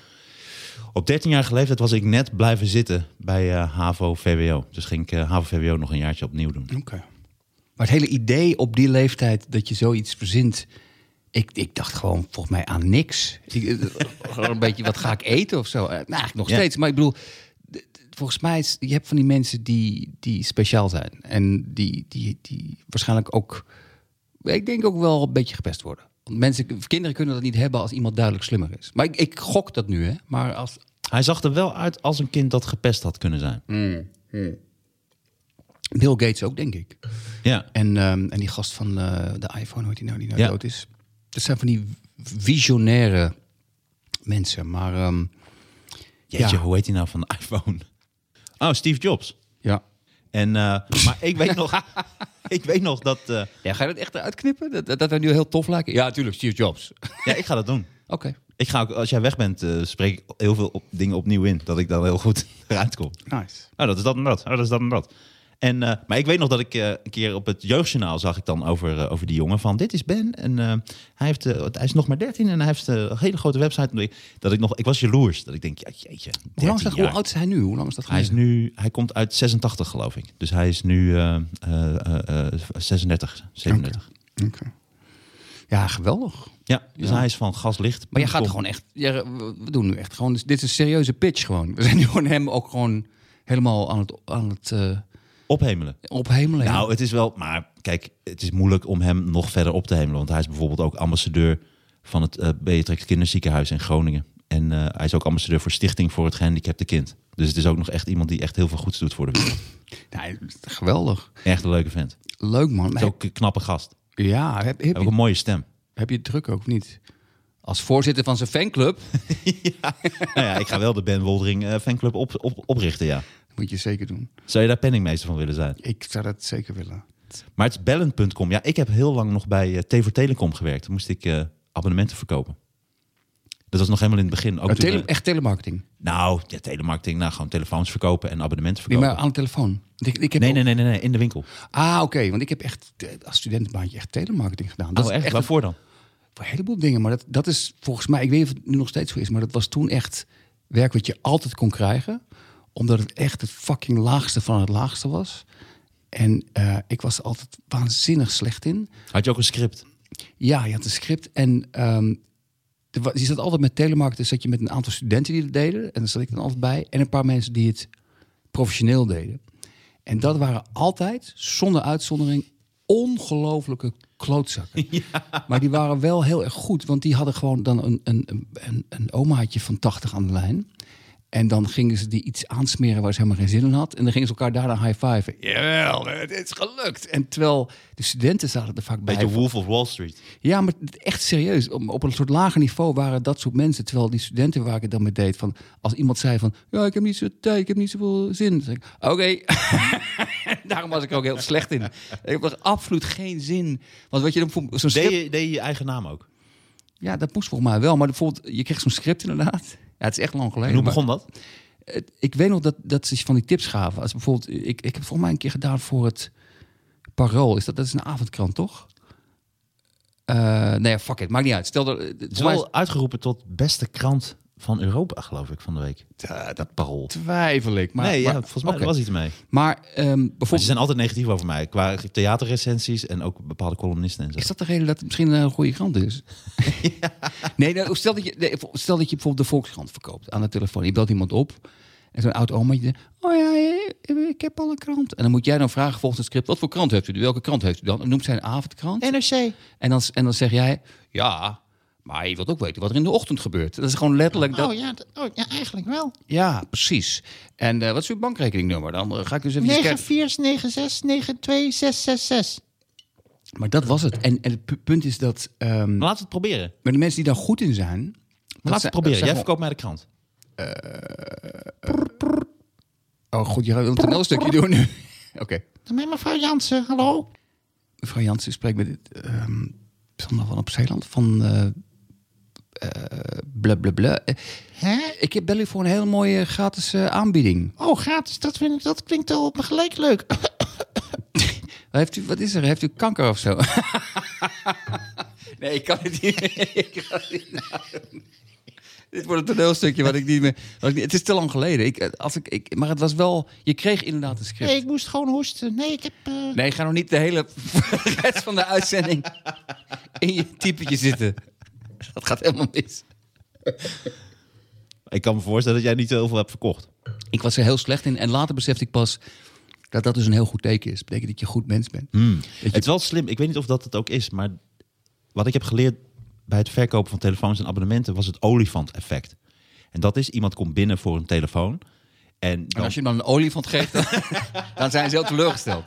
B: Op 13-jarige leeftijd was ik net blijven zitten bij eh, HAVO, VWO. Dus ging ik eh, HAVO, VWO nog een jaartje opnieuw doen.
C: Oké. Maar het hele idee op die leeftijd dat je zoiets verzint... Ik, ik dacht gewoon volgens mij aan niks. Ik, eh, gewoon een beetje, wat ga ik eten of zo? Eh, Nou, eigenlijk nog
B: Ja.
C: steeds. Maar ik bedoel, d- d- volgens mij... Is, je hebt van die mensen die, die speciaal zijn. En die, die, die waarschijnlijk ook... Ik denk ook wel een beetje gepest worden. Want mensen, kinderen kunnen dat niet hebben als iemand duidelijk slimmer is. Maar ik, ik gok dat nu, hè. Maar als,
B: Hij zag er wel uit als een kind dat gepest had kunnen zijn.
C: Mm. Bill Gates ook, denk ik.
B: Ja.
C: En, ehm, en die gast van eh, de iPhone, hoort die nou, die nou
B: Ja.
C: dood is. Dat zijn van die visionaire mensen. Maar ehm,
B: Jeetje,
C: Ja.
B: hoe heet hij nou van de iPhone? Oh, Steve Jobs.
C: ja.
B: En, eh, maar ik weet nog... Ik weet nog dat... eh,
C: ja, ga je dat echt eruit knippen? Dat, dat, dat wij nu heel tof lijken? Ja, natuurlijk, Steve Jobs. Oké.
B: ja, ik ga dat doen. Ik ga ook, als jij weg bent, eh, spreek ik heel veel op, dingen opnieuw in. Dat ik dan heel goed eruit kom.
C: Nice.
B: Oh, dat is dat en dat. Oh, dat is dat en dat. En, eh, maar ik weet nog dat ik eh, een keer op het jeugdjournaal zag ik dan over, eh, over die jongen van dit is Ben en eh, hij, heeft, eh, hij is nog maar 13 en hij heeft eh, een hele grote website. Dat ik, dat ik nog, ik was jaloers dat ik denk, ja, jeetje,
C: Hoe, lang is
B: 13
C: dat, hoe
B: jaar.
C: oud is hij nu? Hoe lang is dat
B: Hij is
C: geleden?
B: nu, hij komt uit 86 geloof ik. Dus hij is nu eh, eh, eh, eh, 36, 37.
C: Oké. Ja, geweldig.
B: Ja, dus hij is van gaslicht.
C: Maar jij gaat gewoon echt... jij- we- we doen nu echt gewoon... Dit is een serieuze pitch gewoon. We zijn nu gewoon hem ook gewoon helemaal aan het, aan het eh,
B: ophemelen.
C: ophemelen. hè?
B: Nou, het is wel, maar kijk, het is moeilijk om hem nog verder op te hemelen. Want hij is bijvoorbeeld ook ambassadeur van het eh, Beatrix Kinderziekenhuis in Groningen. En eh, hij is ook ambassadeur voor Stichting voor het Gehandicapte Kind. Dus het is ook nog echt iemand die echt heel veel goeds doet voor de wereld.
C: Nee, geweldig.
B: Echt een leuke vent.
C: Leuk man.
B: Is ook een knappe gast.
C: Ja, heb, heb,
B: Ook een mooie stem.
C: Heb je het druk ook niet? Als voorzitter van zijn fanclub
B: Nou ja, ik ga wel de Ben Woldering eh, fanclub op, op- oprichten, ja.
C: moet je zeker doen.
B: Zou je daar penningmeester van willen zijn?
C: Ik zou dat zeker willen.
B: Maar het is bellen.com. Ja, ik heb heel lang nog bij eh, T voor Telecom gewerkt. Toen moest ik eh, abonnementen verkopen. Dat was nog helemaal in het begin. Ook
C: Oh,
B: toen,
C: tele-
B: eh,
C: echt telemarketing.
B: Nou, ja, telemarketing, nou, gewoon telefoons verkopen en abonnementen
C: Nee,
B: verkopen.
C: maar aan de telefoon. Want Ik, ik heb
B: nee, nee, nee, nee, nee, in de winkel.
C: Ah, oké. Want ik heb echt eh, als studentenbaantje echt telemarketing gedaan. Dat
B: Oh,
C: is
B: echt?
C: een-
B: Waarvoor dan?
C: voor een heleboel dingen. Maar dat, dat is volgens mij, ik weet niet of het nu nog steeds zo is, maar dat was toen echt werk wat je altijd kon krijgen. Omdat het echt het fucking laagste van het laagste was. En eh, ik was er altijd waanzinnig slecht in.
B: Had je ook een script?
C: Ja, je had een script en ehm, er wa- je zat altijd met telemarketers, zat je met een aantal studenten die dat deden. En daar zat ik dan altijd bij. En een paar mensen die het professioneel deden. En dat waren altijd, zonder uitzondering, ongelofelijke klootzakken. Maar die waren wel heel erg goed, want die hadden gewoon dan een, een, een- een, een omaatje van 80 aan de lijn. En dan gingen ze die iets aansmeren waar ze helemaal geen zin in had. En dan gingen ze elkaar daarna high-fiven. Jawel, het is gelukt. En terwijl de studenten zaten er vaak bij.
B: Beetje
C: van-
B: Wolf of Wall Street.
C: ja, maar echt serieus. Op op een soort lager niveau waren dat soort mensen. Terwijl die studenten waar ik het dan mee deed. Van, als iemand zei van, ja, ik heb niet zoveel tijd, ik heb niet zoveel zin. Dan zeg ik, oké. Daarom was ik er ook heel slecht in. Ik heb er absoluut geen zin. Want wat je dan voor
B: Deed
C: zo'n script...
B: je, deed je je eigen naam ook?
C: Ja, dat moest volgens mij wel. Maar bijvoorbeeld, je kreeg zo'n script inderdaad. Ja, het is echt lang
B: En
C: geleden.
B: hoe
C: maar-
B: begon dat?
C: het- ik weet nog dat, dat ze van die tips gaven. Als bijvoorbeeld, ik, ik heb volgens mij een keer gedaan voor het Parool. Is dat, dat is een avondkrant, toch? Eh nee, fuck it. Maakt niet uit. Stel dat...
B: Het is wel uitgeroepen tot beste krant van Europa, geloof ik, van de week. dat parool.
C: twijfel ik. Maar,
B: nee, ja,
C: maar-
B: volgens mij
C: oké.
B: was iets mee. Maar
C: Maar ehm,
B: ze
C: bijvoorbeeld,
B: zijn altijd negatief over mij. Qua theaterrecensies en ook bepaalde columnisten en zo.
C: is dat de reden dat het misschien een goede krant is? nee, nou, stel, dat je, nee, stel dat je bijvoorbeeld de Volkskrant verkoopt aan de telefoon. Je belt iemand op en zo'n oud omaatje zegt... Oh ja, ik heb al een krant. En dan moet jij dan vragen volgens het script... Wat voor krant heeft u? Welke krant heeft u dan? En noemt zij een avondkrant.
B: NRC.
C: En dan, en dan zeg jij, ja, Maar je wilt ook weten wat er in de ochtend gebeurt. Dat is gewoon letterlijk dat.
D: Oh ja, d- oh, ja, eigenlijk wel.
C: Ja, precies. En eh, wat is uw bankrekeningnummer? Dan eh, ga ik dus even kijken.
D: 9496926666.
C: Maar dat was het. En, en het pu- punt is dat. ehm,
B: Maar laten we het proberen.
C: maar de mensen die daar goed in zijn. Laten
B: Laten we het proberen. Jij verkoopt mij de krant.
C: Oh, goed, je gaat een toneelstukje doen nu. Oké.
D: Dan ben mevrouw Jansen, hallo.
C: Mevrouw Jansen spreekt met dit, ehm, Sander van op Zeeland van eh bla bla bla. Eh,
D: Hè?
C: Ik heb bel u voor een hele mooie gratis eh, aanbieding.
D: Oh, gratis, dat, vind ik, dat klinkt al gelijk leuk.
C: Heeft u, wat is er? Heeft u kanker of zo? nee, ik kan het niet. meer. Ik kan het niet nadoen. Dit wordt een toneelstukje wat ik niet meer. wat ik niet- het is te lang geleden. Ik, eh, als ik, ik, maar het was wel. Je kreeg inderdaad een script.
D: Nee, ik moest gewoon hoesten. Nee, ik heb... eh,
C: Nee, ga nog niet de hele rest van de uitzending in je typetje zitten. Dat gaat helemaal mis.
B: Ik kan me voorstellen dat jij niet heel veel hebt verkocht.
C: Ik was er heel slecht in en later besefte ik pas dat dat dus een heel goed teken is. Betekent dat je een goed mens bent.
B: Hmm. Het is wel slim. Ik weet niet of dat het ook is, maar wat ik heb geleerd bij het verkopen van telefoons en abonnementen was het olifant-effect. En dat is iemand komt binnen voor een telefoon en
C: En
B: dan
C: als je hem dan een olifant geeft, dan, dan zijn ze heel teleurgesteld.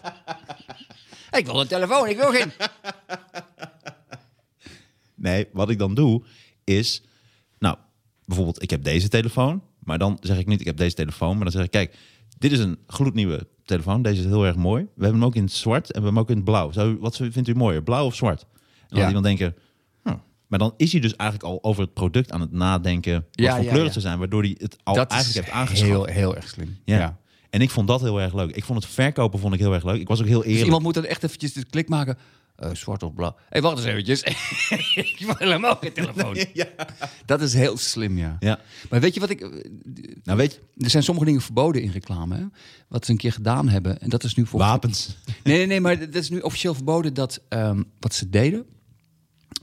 C: Ik wil een telefoon, ik wil geen.
B: Nee, wat ik dan doe is, nou, bijvoorbeeld ik heb deze telefoon, maar dan zeg ik niet ik heb deze telefoon, maar dan zeg ik kijk, dit is een gloednieuwe telefoon, deze is heel erg mooi. We hebben hem ook in het zwart en we hebben hem ook in het blauw. Zou u- wat vindt u mooier, blauw of zwart? En dan
C: Ja.
B: gaat iemand denken, hm. maar dan is hij dus eigenlijk al over het product aan het nadenken wat
C: Ja,
B: voor
C: ja,
B: kleur
C: ja.
B: het zou zijn, waardoor hij het al Oh, eigenlijk heeft aangeschaft.
C: heel, heel erg slim. Dus
B: ja. En ik vond dat heel erg leuk. Ik vond het verkopen vond ik heel erg leuk. Ik was ook heel
C: Dus
B: eerlijk.
C: iemand moet dan echt eventjes de klik maken. Eh, zwart of blauw. Hé, hey, wacht eens eventjes. ik wil helemaal geen telefoon. Dat is heel slim, ja.
B: Ja.
C: Maar weet je wat ik...
B: Nou weet je,
C: Er zijn sommige dingen verboden in reclame. Hè? Wat ze een keer gedaan hebben. En dat is nu volgens
B: wapens.
C: Nee, nee, nee, maar dat is nu officieel verboden dat ehm, wat ze deden.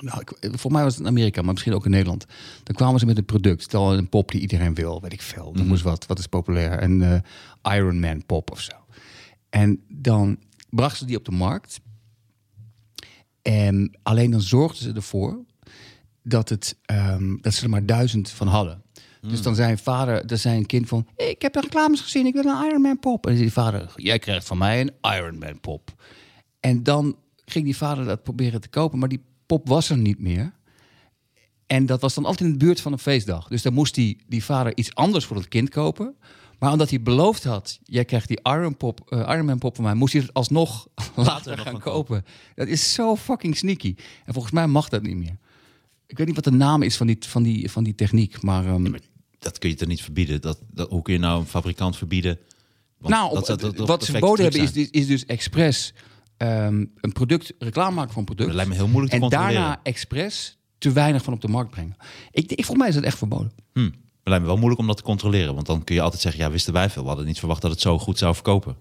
C: Nou, ik, voor mij was het in Amerika, maar misschien ook in Nederland. Dan kwamen ze met een product. Stel een pop die iedereen wil, weet ik veel. Dan moest wat, wat is populair? Een eh, Iron Man pop of zo. En dan brachten ze die op de markt. En alleen dan zorgden ze ervoor dat, het, ehm, dat ze er maar duizend van hadden. Dus dan zei een vader, dan zei een kind van... Ik heb de reclames gezien, ik wil een Iron Man pop. En dan zei die vader, jij krijgt van mij een Iron Man pop. En dan ging die vader dat proberen te kopen, maar die pop was er niet meer. En dat was dan altijd in de buurt van een feestdag. Dus dan moest die, die vader iets anders voor het kind kopen. Maar omdat hij beloofd had, jij krijgt die Iron, pop, eh, Iron Man pop van mij, moest hij het alsnog later gaan kopen. Dat is zo fucking sneaky. En volgens mij mag dat niet meer. Ik weet niet wat de naam is van die, van die, van die techniek, maar... ehm,
B: dat kun je toch niet verbieden? Dat, dat, hoe kun je nou een fabrikant verbieden? Want
C: nou,
B: dat zou-
C: op-
B: dat- dat
C: wat
B: perfecte
C: ze verboden
B: truc
C: hebben is,
B: zijn.
C: dus- is dus expres ehm, een product, reclame maken van een product.
B: Dat lijkt me heel moeilijk te
C: En
B: controleren.
C: daarna expres te weinig van op de markt brengen. Ik, ik, volgens mij is dat echt verboden.
B: Hm. Het lijkt me wel moeilijk om dat te controleren. Want dan kun je altijd zeggen, ja, wisten wij veel. We hadden niet verwacht dat het zo goed zou verkopen.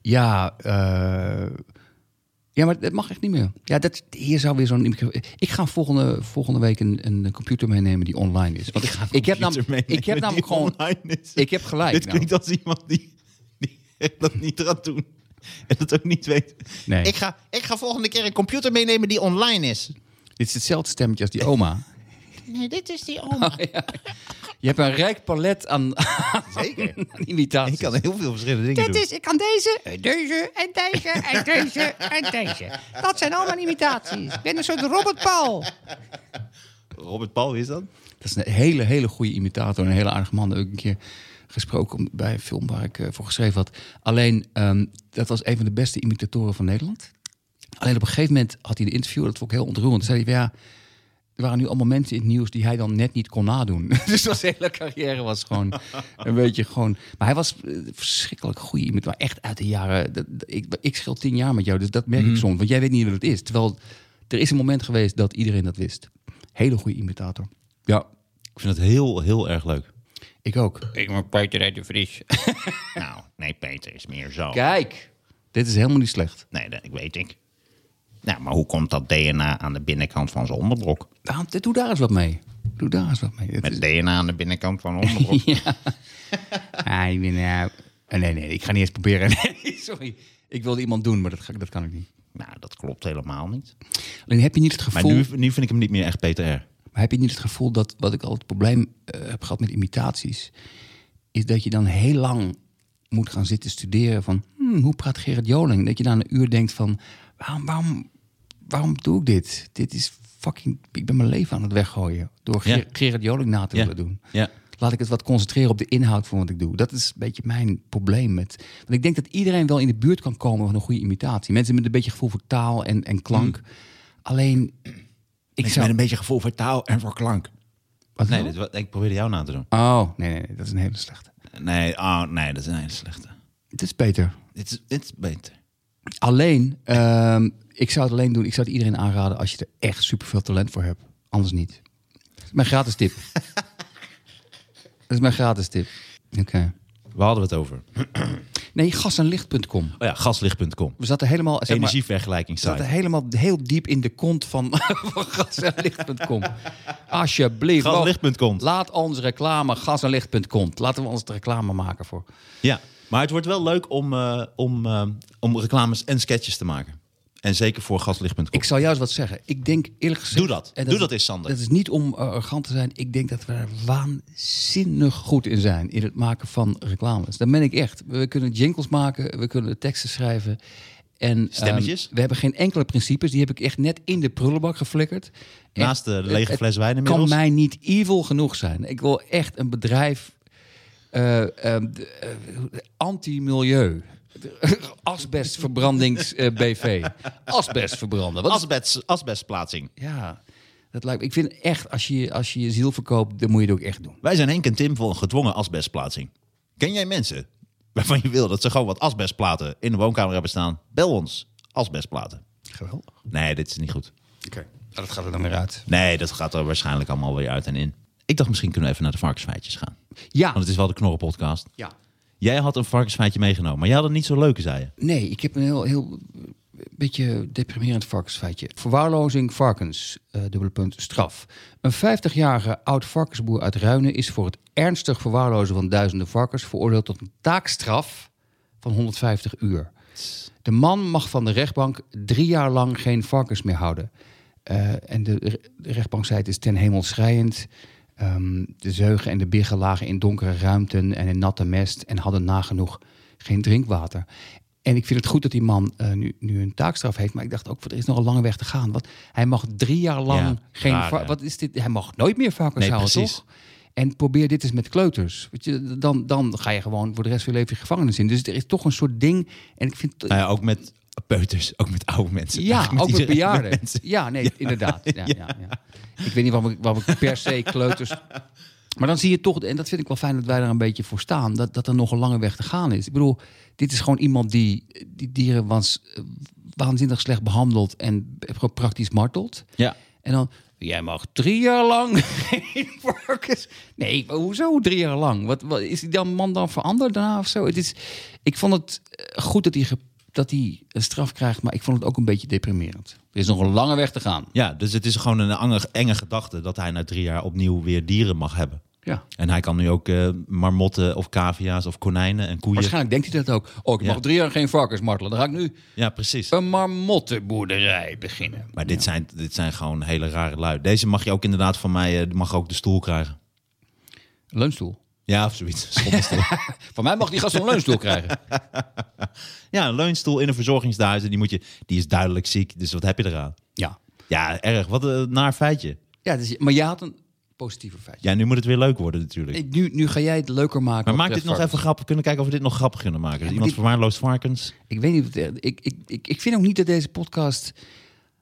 C: Ja, eh, ja, maar dat mag echt niet meer. Ja, dat, hier zou weer zo'n... Ik ga volgende, volgende week een, een computer meenemen die online is. Want ik, ik, heb, nam, ik heb namelijk gewoon... Ik heb gelijk.
B: Dit
C: nou.
B: klinkt als iemand die, die echt dat niet gaat doen. En dat ook niet weet.
C: nee.
D: Ik ga, ik ga volgende keer een computer meenemen die online is.
C: Dit is hetzelfde stemmetje als die oma.
D: Nee, dit is die oma.
C: Je hebt een rijk palet aan, Zeker. imitaties.
B: Ik kan heel veel verschillende dingen
E: Dit
B: doen.
E: is, Dus ik kan deze, en deze en deze en deze en deze. Dat zijn allemaal imitaties. Ik ben een soort Robert Paul.
B: Robert Paul, wie is dat?
C: Dat is een hele, hele goede imitator. en Een hele aardige man. Daar heb ik een keer gesproken om- bij een film waar ik eh, voor geschreven had. Alleen, ehm, dat was een van de beste imitatoren van Nederland. Alleen op een gegeven moment had hij een interview. Dat vond ik heel ontroerend. Toen zei hij, ja, er waren nu allemaal mensen in het nieuws die hij dan net niet kon nadoen. dus zijn hele carrière was gewoon een beetje gewoon... Maar hij was eh, verschrikkelijk goede iemand. Maar echt uit de jaren... dat- dat- ik, ik schil tien jaar met jou, dus dat merk ik soms. Want jij weet niet wat het is. Terwijl er is een moment geweest dat iedereen dat wist. Hele goede imitator. Ja,
B: Ik vind het heel, heel erg leuk.
C: ik ook.
D: Ik ben Peter uit de Vries.
B: Nou, nee, Peter is meer zo.
C: Kijk, dit is helemaal niet slecht.
D: Nee, dat weet ik. Nou, maar hoe komt dat DNA aan de binnenkant van zijn onderbroek?
C: Daarom, doe daar eens wat mee. Doe daar eens wat mee. Het is-
D: DNA aan de binnenkant van zijn onderbroek.
C: Ah, ik ben, eh, nee, nee, ik ga niet eens proberen. Nee, sorry. Ik wilde iemand doen, maar dat, ga, dat kan ik niet.
D: Nou, dat klopt helemaal niet.
C: Alleen heb je niet het
B: Maar
C: gevoel...
B: nu, nu vind ik hem niet meer echt PTR.
C: Maar heb je niet het gevoel dat wat ik al het probleem eh, heb gehad met imitaties, is dat je dan heel lang moet gaan zitten studeren van hmm, hoe praat Gerrit Joling? Dat je na een uur denkt van waarom, waarom, waarom doe ik dit? Dit is fucking, ik ben mijn leven aan het weggooien door
B: Ja.
C: Ger- Gerrit Joling na te
B: Ja.
C: willen doen.
B: Ja.
C: Laat ik het wat concentreren op de inhoud van wat ik doe. Dat is een beetje mijn probleem met. Want ik denk dat iedereen wel in de buurt kan komen van een goede imitatie. Mensen met een beetje gevoel voor taal en, en klank. Alleen, ik
B: Ik
C: zou.
B: ben Hmm. een beetje gevoel voor taal en voor klank.
C: Wat
B: Nee,
C: nou?
B: dit, wa- ik probeerde jou na te doen.
C: Oh, nee, nee, nee, dat is een hele slechte.
B: Nee, oh, nee dat is een hele slechte.
C: Dit is beter.
B: Dit is, dit is beter.
C: Alleen, ehm, ik zou het alleen doen. Ik zou het iedereen aanraden als je er echt super veel talent voor hebt. Anders niet. Dat is mijn gratis tip. dat is mijn gratis tip. Oké.
B: Waar hadden we het over?
C: Nee, gasenlicht.com.
B: Oh ja, gaslicht.com.
C: We zaten helemaal, zeg maar,
B: Energievergelijking
C: we zaten
B: site.
C: helemaal heel diep in de kont van, van gasenlicht.com. Alsjeblieft.
B: Gasenlicht.com.
C: Laat ons reclame gasenlicht.com. Laten we ons de reclame maken voor.
B: Ja, maar het wordt wel leuk om, eh, om, eh, om reclames en sketches te maken. En zeker voor gaslicht.com.
C: Ik zal juist wat zeggen. Ik denk eerlijk gezegd...
B: Doe dat. Doe dat eens, Sander.
C: Dat is niet om eh, arrogant te zijn. Ik denk dat we er waanzinnig goed in zijn. In het maken van reclames. Daar ben ik echt. We kunnen jingles maken. We kunnen teksten schrijven. En, ehm,
B: Stemmetjes?
C: we hebben geen enkele principes. Die heb ik echt net in de prullenbak geflikkerd. Echt,
B: Naast de
C: het-
B: lege
C: het
B: fles wijn inmiddels.
C: kan mij niet evil genoeg zijn. Ik wil echt een bedrijf... eh, ehm, de- eh, anti-milieu. eh, Asbestverbrandings-BV. Asbest verbranden. Wat is
B: Asbest, asbestplaatsing.
C: ja, dat lijkt me. Ik vind echt, als je, als je je ziel verkoopt, dan moet je het ook echt doen.
B: Wij zijn Henk en Tim voor een gedwongen asbestplaatsing. Ken jij mensen waarvan je wil dat ze gewoon wat asbestplaten in de woonkamer hebben staan? Bel ons. Asbestplaten.
C: Geweldig.
B: Nee, dit is niet goed.
C: Oké, Nou, dat gaat er dan weer uit.
B: Nee, dat gaat er waarschijnlijk allemaal weer uit en in. Ik dacht misschien kunnen we even naar de varkensfeitjes gaan.
C: Ja.
B: Want het is wel de knorrenpodcast.
C: ja.
B: Jij had een varkensfeitje meegenomen, maar jij had het niet zo leuke, zei je.
C: Nee, ik heb een heel, heel eh, beetje deprimerend varkensfeitje. Verwaarlozing varkens, eh, dubbele punt, straf. Een 50-jarige oud varkensboer uit Ruinen is voor het ernstig verwaarlozen van duizenden varkens veroordeeld tot een taakstraf van 150 uur. De man mag van de rechtbank drie jaar lang geen varkens meer houden. Eh, en de, re- de rechtbank zei het is ten hemel schrijend. Ehm, de zeugen en de biggen lagen in donkere ruimten en in natte mest en hadden nagenoeg geen drinkwater. En ik vind het goed dat die man eh, nu, nu een taakstraf heeft, maar ik dacht ook, er is nog een lange weg te gaan. Want hij mag drie jaar lang
B: Ja,
C: geen
B: raar,
C: va-
B: hè?
C: Wat is dit? Hij mag nooit meer varkens
B: Nee,
C: houden,
B: precies.
C: toch? En probeer dit eens met kleuters. Weet je, dan, dan ga je gewoon voor de rest van je leven je gevangenis in. Dus er is toch een soort ding. En ik vind,
B: Nou ja, ook met peuters, ook met oude mensen.
C: ja,
B: Eigenlijk
C: ook met
B: iedereen,
C: bejaarden.
B: mensen.
C: ja, nee, inderdaad. Ja, ja. Ja, Ik weet niet waarom ik, waarom ik per se kleuters... Maar dan zie je toch, en dat vind ik wel fijn dat wij daar een beetje voor staan... dat, dat er nog een lange weg te gaan is. Ik bedoel, dit is gewoon iemand die die dieren waans, waanzinnig slecht behandelt... en gewoon praktisch martelt.
B: Ja.
C: En dan, jij mag drie jaar lang geen varkens. Nee, maar hoezo drie jaar lang? Wat, wat is die dan man dan veranderd daarna of zo? Het is, ik vond het eh, goed dat hij, ge- dat hij een straf krijgt, maar ik vond het ook een beetje deprimerend. Er is nog een lange weg te gaan.
B: Ja, dus het is gewoon een enge, enge gedachte dat hij na drie jaar opnieuw weer dieren mag hebben.
C: Ja.
B: En hij kan nu ook eh, marmotten of cavia's of konijnen en koeien.
C: Waarschijnlijk denkt hij dat ook. Oh, ik mag
B: Ja.
C: drie jaar geen varkens martelen. Dan ga ik nu
B: Ja, precies.
C: een marmottenboerderij beginnen.
B: Maar dit, zijn, dit zijn gewoon hele rare lui. Deze mag je ook inderdaad van mij, eh, mag ook de stoel krijgen.
C: Leunstoel.
B: Ja, of zoiets. Schommelstoel.
C: Van mij mag die gast een leunstoel krijgen.
B: ja, een leunstoel in een verzorgingshuis. En die, moet je, die is duidelijk ziek, dus wat heb je eraan?
C: Ja.
B: Ja, erg. Wat een naar feitje.
C: ja dus, maar jij had een positieve feit.
B: Ja, nu moet het weer leuk worden natuurlijk.
C: Ik- Nu, nu ga jij het leuker maken.
B: maar
C: wat
B: maak dit
C: betreft
B: nog
C: varkens.
B: even grappig. Kunnen kijken of we dit nog grappig kunnen maken. Dus
C: maar
B: iemand
C: dit-
B: verwaarloosd varkens.
C: Ik weet niet. of het- Ik, ik, ik, ik vind ook niet dat deze podcast.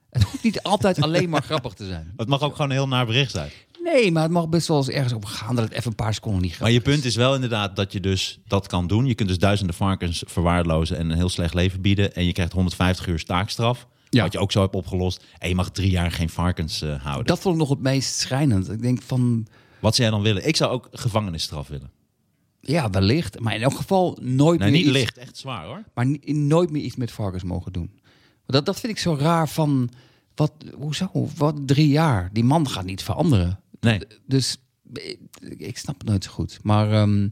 C: Het hoeft niet altijd alleen maar grappig te zijn.
B: Het mag ook gewoon een heel naar bericht zijn.
C: Nee, maar het mag best wel eens ergens op gaan dat het even een paar seconden niet
B: Maar
C: grappig
B: je punt is wel inderdaad dat je dus dat kan doen. Je kunt dus duizenden varkens verwaarlozen en een heel slecht leven bieden. En je krijgt 150 uur taakstraf.
C: Ja.
B: Wat je ook zo hebt opgelost. En je mag drie jaar geen varkens eh, houden.
C: is. Dat vond ik nog het meest schrijnend. Ik denk van.
B: Wat zou jij dan willen? Ik zou ook gevangenisstraf willen.
C: Ja, wellicht. Maar in elk geval nooit
B: Nou,
C: meer.
B: niet
C: iets,
B: licht. Echt zwaar hoor.
C: Maar ni- nooit meer iets met varkens mogen doen. Dat, dat vind ik zo raar van. Wat, hoezo? Wat drie jaar? Die man gaat niet veranderen.
B: Nee.
C: Dus ik, ik snap het nooit zo goed. Maar, ehm,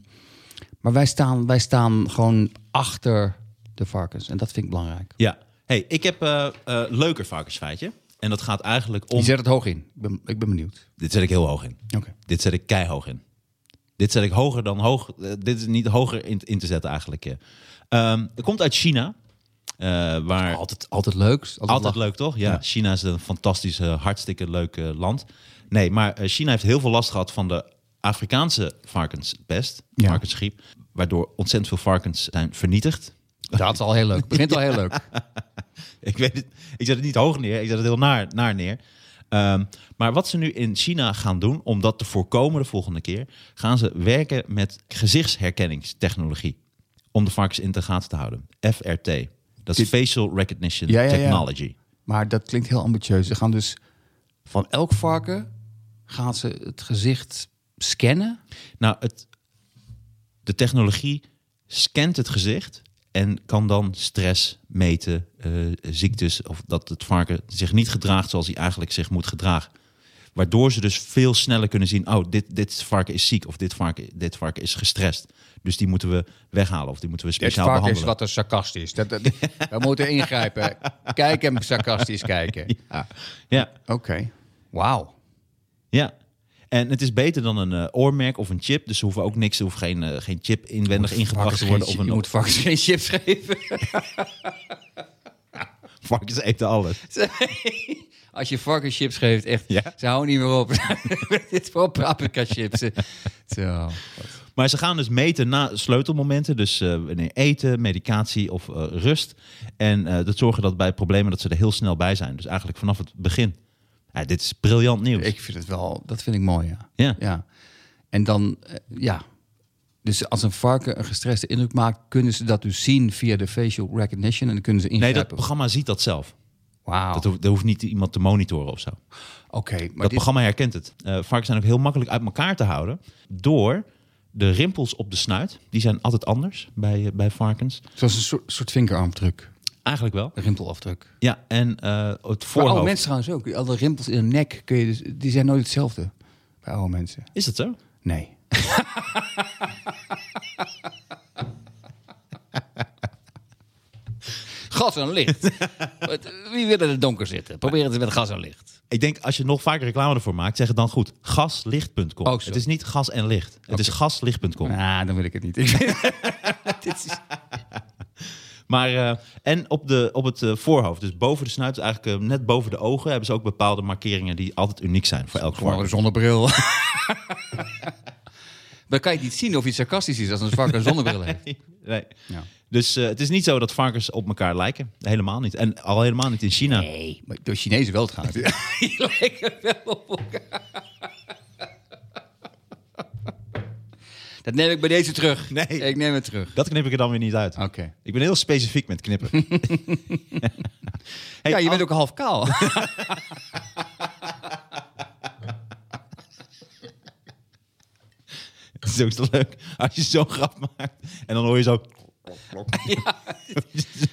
C: maar wij, staan, wij staan gewoon achter de varkens. En dat vind ik belangrijk.
B: Ja. hey, ik heb eh eh, leuker varkensfeitje. En dat gaat eigenlijk om...
C: Je zet het hoog in. Ik ben, ik ben benieuwd.
B: Dit zet ik heel hoog in.
C: Oké.
B: Dit zet ik keihog in. Dit zet ik hoger dan hoog. eh, dit is niet hoger in, in te zetten eigenlijk. eh. Ehm, het komt uit China. eh, waar
C: Altijd, altijd Oh, leuk. Altijd,
B: altijd
C: lachen.
B: leuk, toch? Ja,
C: Ja.
B: China is een fantastisch, eh, hartstikke leuk eh, land. Nee, maar eh, China heeft heel veel last gehad van de Afrikaanse varkenspest,
C: Ja.
B: varkensgriep, waardoor ontzettend veel varkens zijn vernietigd.
C: Dat is al heel leuk. Het begint al heel leuk.
B: Ik weet het, ik zet het niet hoog neer, ik zet het heel naar, naar neer. Ehm, maar wat ze nu in China gaan doen, om dat te voorkomen de volgende keer, gaan ze werken met gezichtsherkenningstechnologie. Om de varkens in de gaten te houden. FRT. Dat is
C: Dit-
B: Facial Recognition
C: Ja, ja, ja.
B: Technology.
C: Maar dat klinkt heel ambitieus. Ze gaan dus van elk varken gaan ze het gezicht scannen.
B: Nou, het, de technologie scant het gezicht en kan dan stress meten, eh, ziektes of dat het varken zich niet gedraagt zoals hij eigenlijk zich moet gedragen. Waardoor ze dus veel sneller kunnen zien, oh, dit, dit varken is ziek of dit varken, dit varken is gestrest. Dus die moeten we weghalen of die moeten we
C: Dit
B: speciaal
C: varken
B: behandelen.
C: is Dus wat er sarcastisch. Dat, dat- we moeten ingrijpen. Kijk hem sarcastisch kijken.
B: Ja,
C: Oké. Wauw.
B: ja. En het is beter dan een eh, oormerk of een chip. Dus ze hoeven ook niks, er hoeft geen, eh, geen chip inwendig ingebracht te worden. Of een
C: Je moet varkens geen chips geven.
B: varkens eten alles.
C: Als je varkens chips geeft, echt,
B: Ja.
C: ze houden niet meer op. Dit is wel paprika chips. Zo.
B: Maar ze gaan dus meten na sleutelmomenten. Dus eh, wanneer eten, medicatie of eh, rust. En eh, dat zorgen dat bij problemen dat ze er heel snel bij zijn. Dus eigenlijk vanaf het begin. Ja, dit is briljant nieuws.
C: Ik vind het wel, dat vind ik mooi, ja.
B: Ja.
C: En dan, eh, ja. Dus als een varken een gestreste indruk maakt, kunnen ze dat dus zien via de facial recognition en dan kunnen ze
B: nee,
C: ingrijpen.
B: dat programma ziet dat zelf.
C: Wauw.
B: Dat
C: Oké,
B: hoeft, er hoeft niet iemand te monitoren of zo.
C: Oh. maar
B: dat programma herkent het. Eh varkens zijn ook heel makkelijk uit elkaar te houden. Door de rimpels op de snuit. Die zijn altijd anders bij, eh, bij varkens.
C: dit, zoals een soort, soort vingerarmdruk,
B: Eigenlijk wel.
C: een rimpelafdruk.
B: Ja, en eh, het
C: Voor
B: voorhoofd.
C: oude oh, mensen trouwens ook. Alle rimpels in de nek, kun je dus, die zijn nooit hetzelfde bij oude mensen.
B: Is dat zo?
C: Nee. gas en licht. Wie wil in het donker zitten? Probeer het met gas en licht.
B: Ik denk als je nog vaker reclame ervoor maakt, zeg het dan goed. Gaslicht.com.
C: Oh, zo.
B: het is niet gas en licht. Het is gaslicht.com.
C: Ah, dan wil ik het niet. Ik weet- Dit is-
B: Maar eh, en op, de, op het eh, voorhoofd, dus boven de snuit, dus eigenlijk eh, net boven de ogen, hebben ze ook bepaalde markeringen die altijd uniek zijn voor elk
C: Gewoon een
B: varken.
C: zonnebril. Dan kan je niet zien of iets sarcastisch is als een varken een zonnebril heeft.
B: Nee.
C: Ja.
B: Dus eh, het is niet zo dat varkens op elkaar lijken. Helemaal niet. En al helemaal niet in China.
C: Nee, maar door Chinezen wel trouwens. Die lijken wel op elkaar. Dat neem ik bij deze terug.
B: Nee.
C: Ik neem het terug.
B: Dat knip ik er dan weer niet uit.
C: Oké.
B: Ik ben heel specifiek met knippen. Hey,
C: ja, je
B: al-
C: bent ook half kaal.
B: Het is ook oh, zo leuk als je zo'n grap maakt en dan hoor je zo...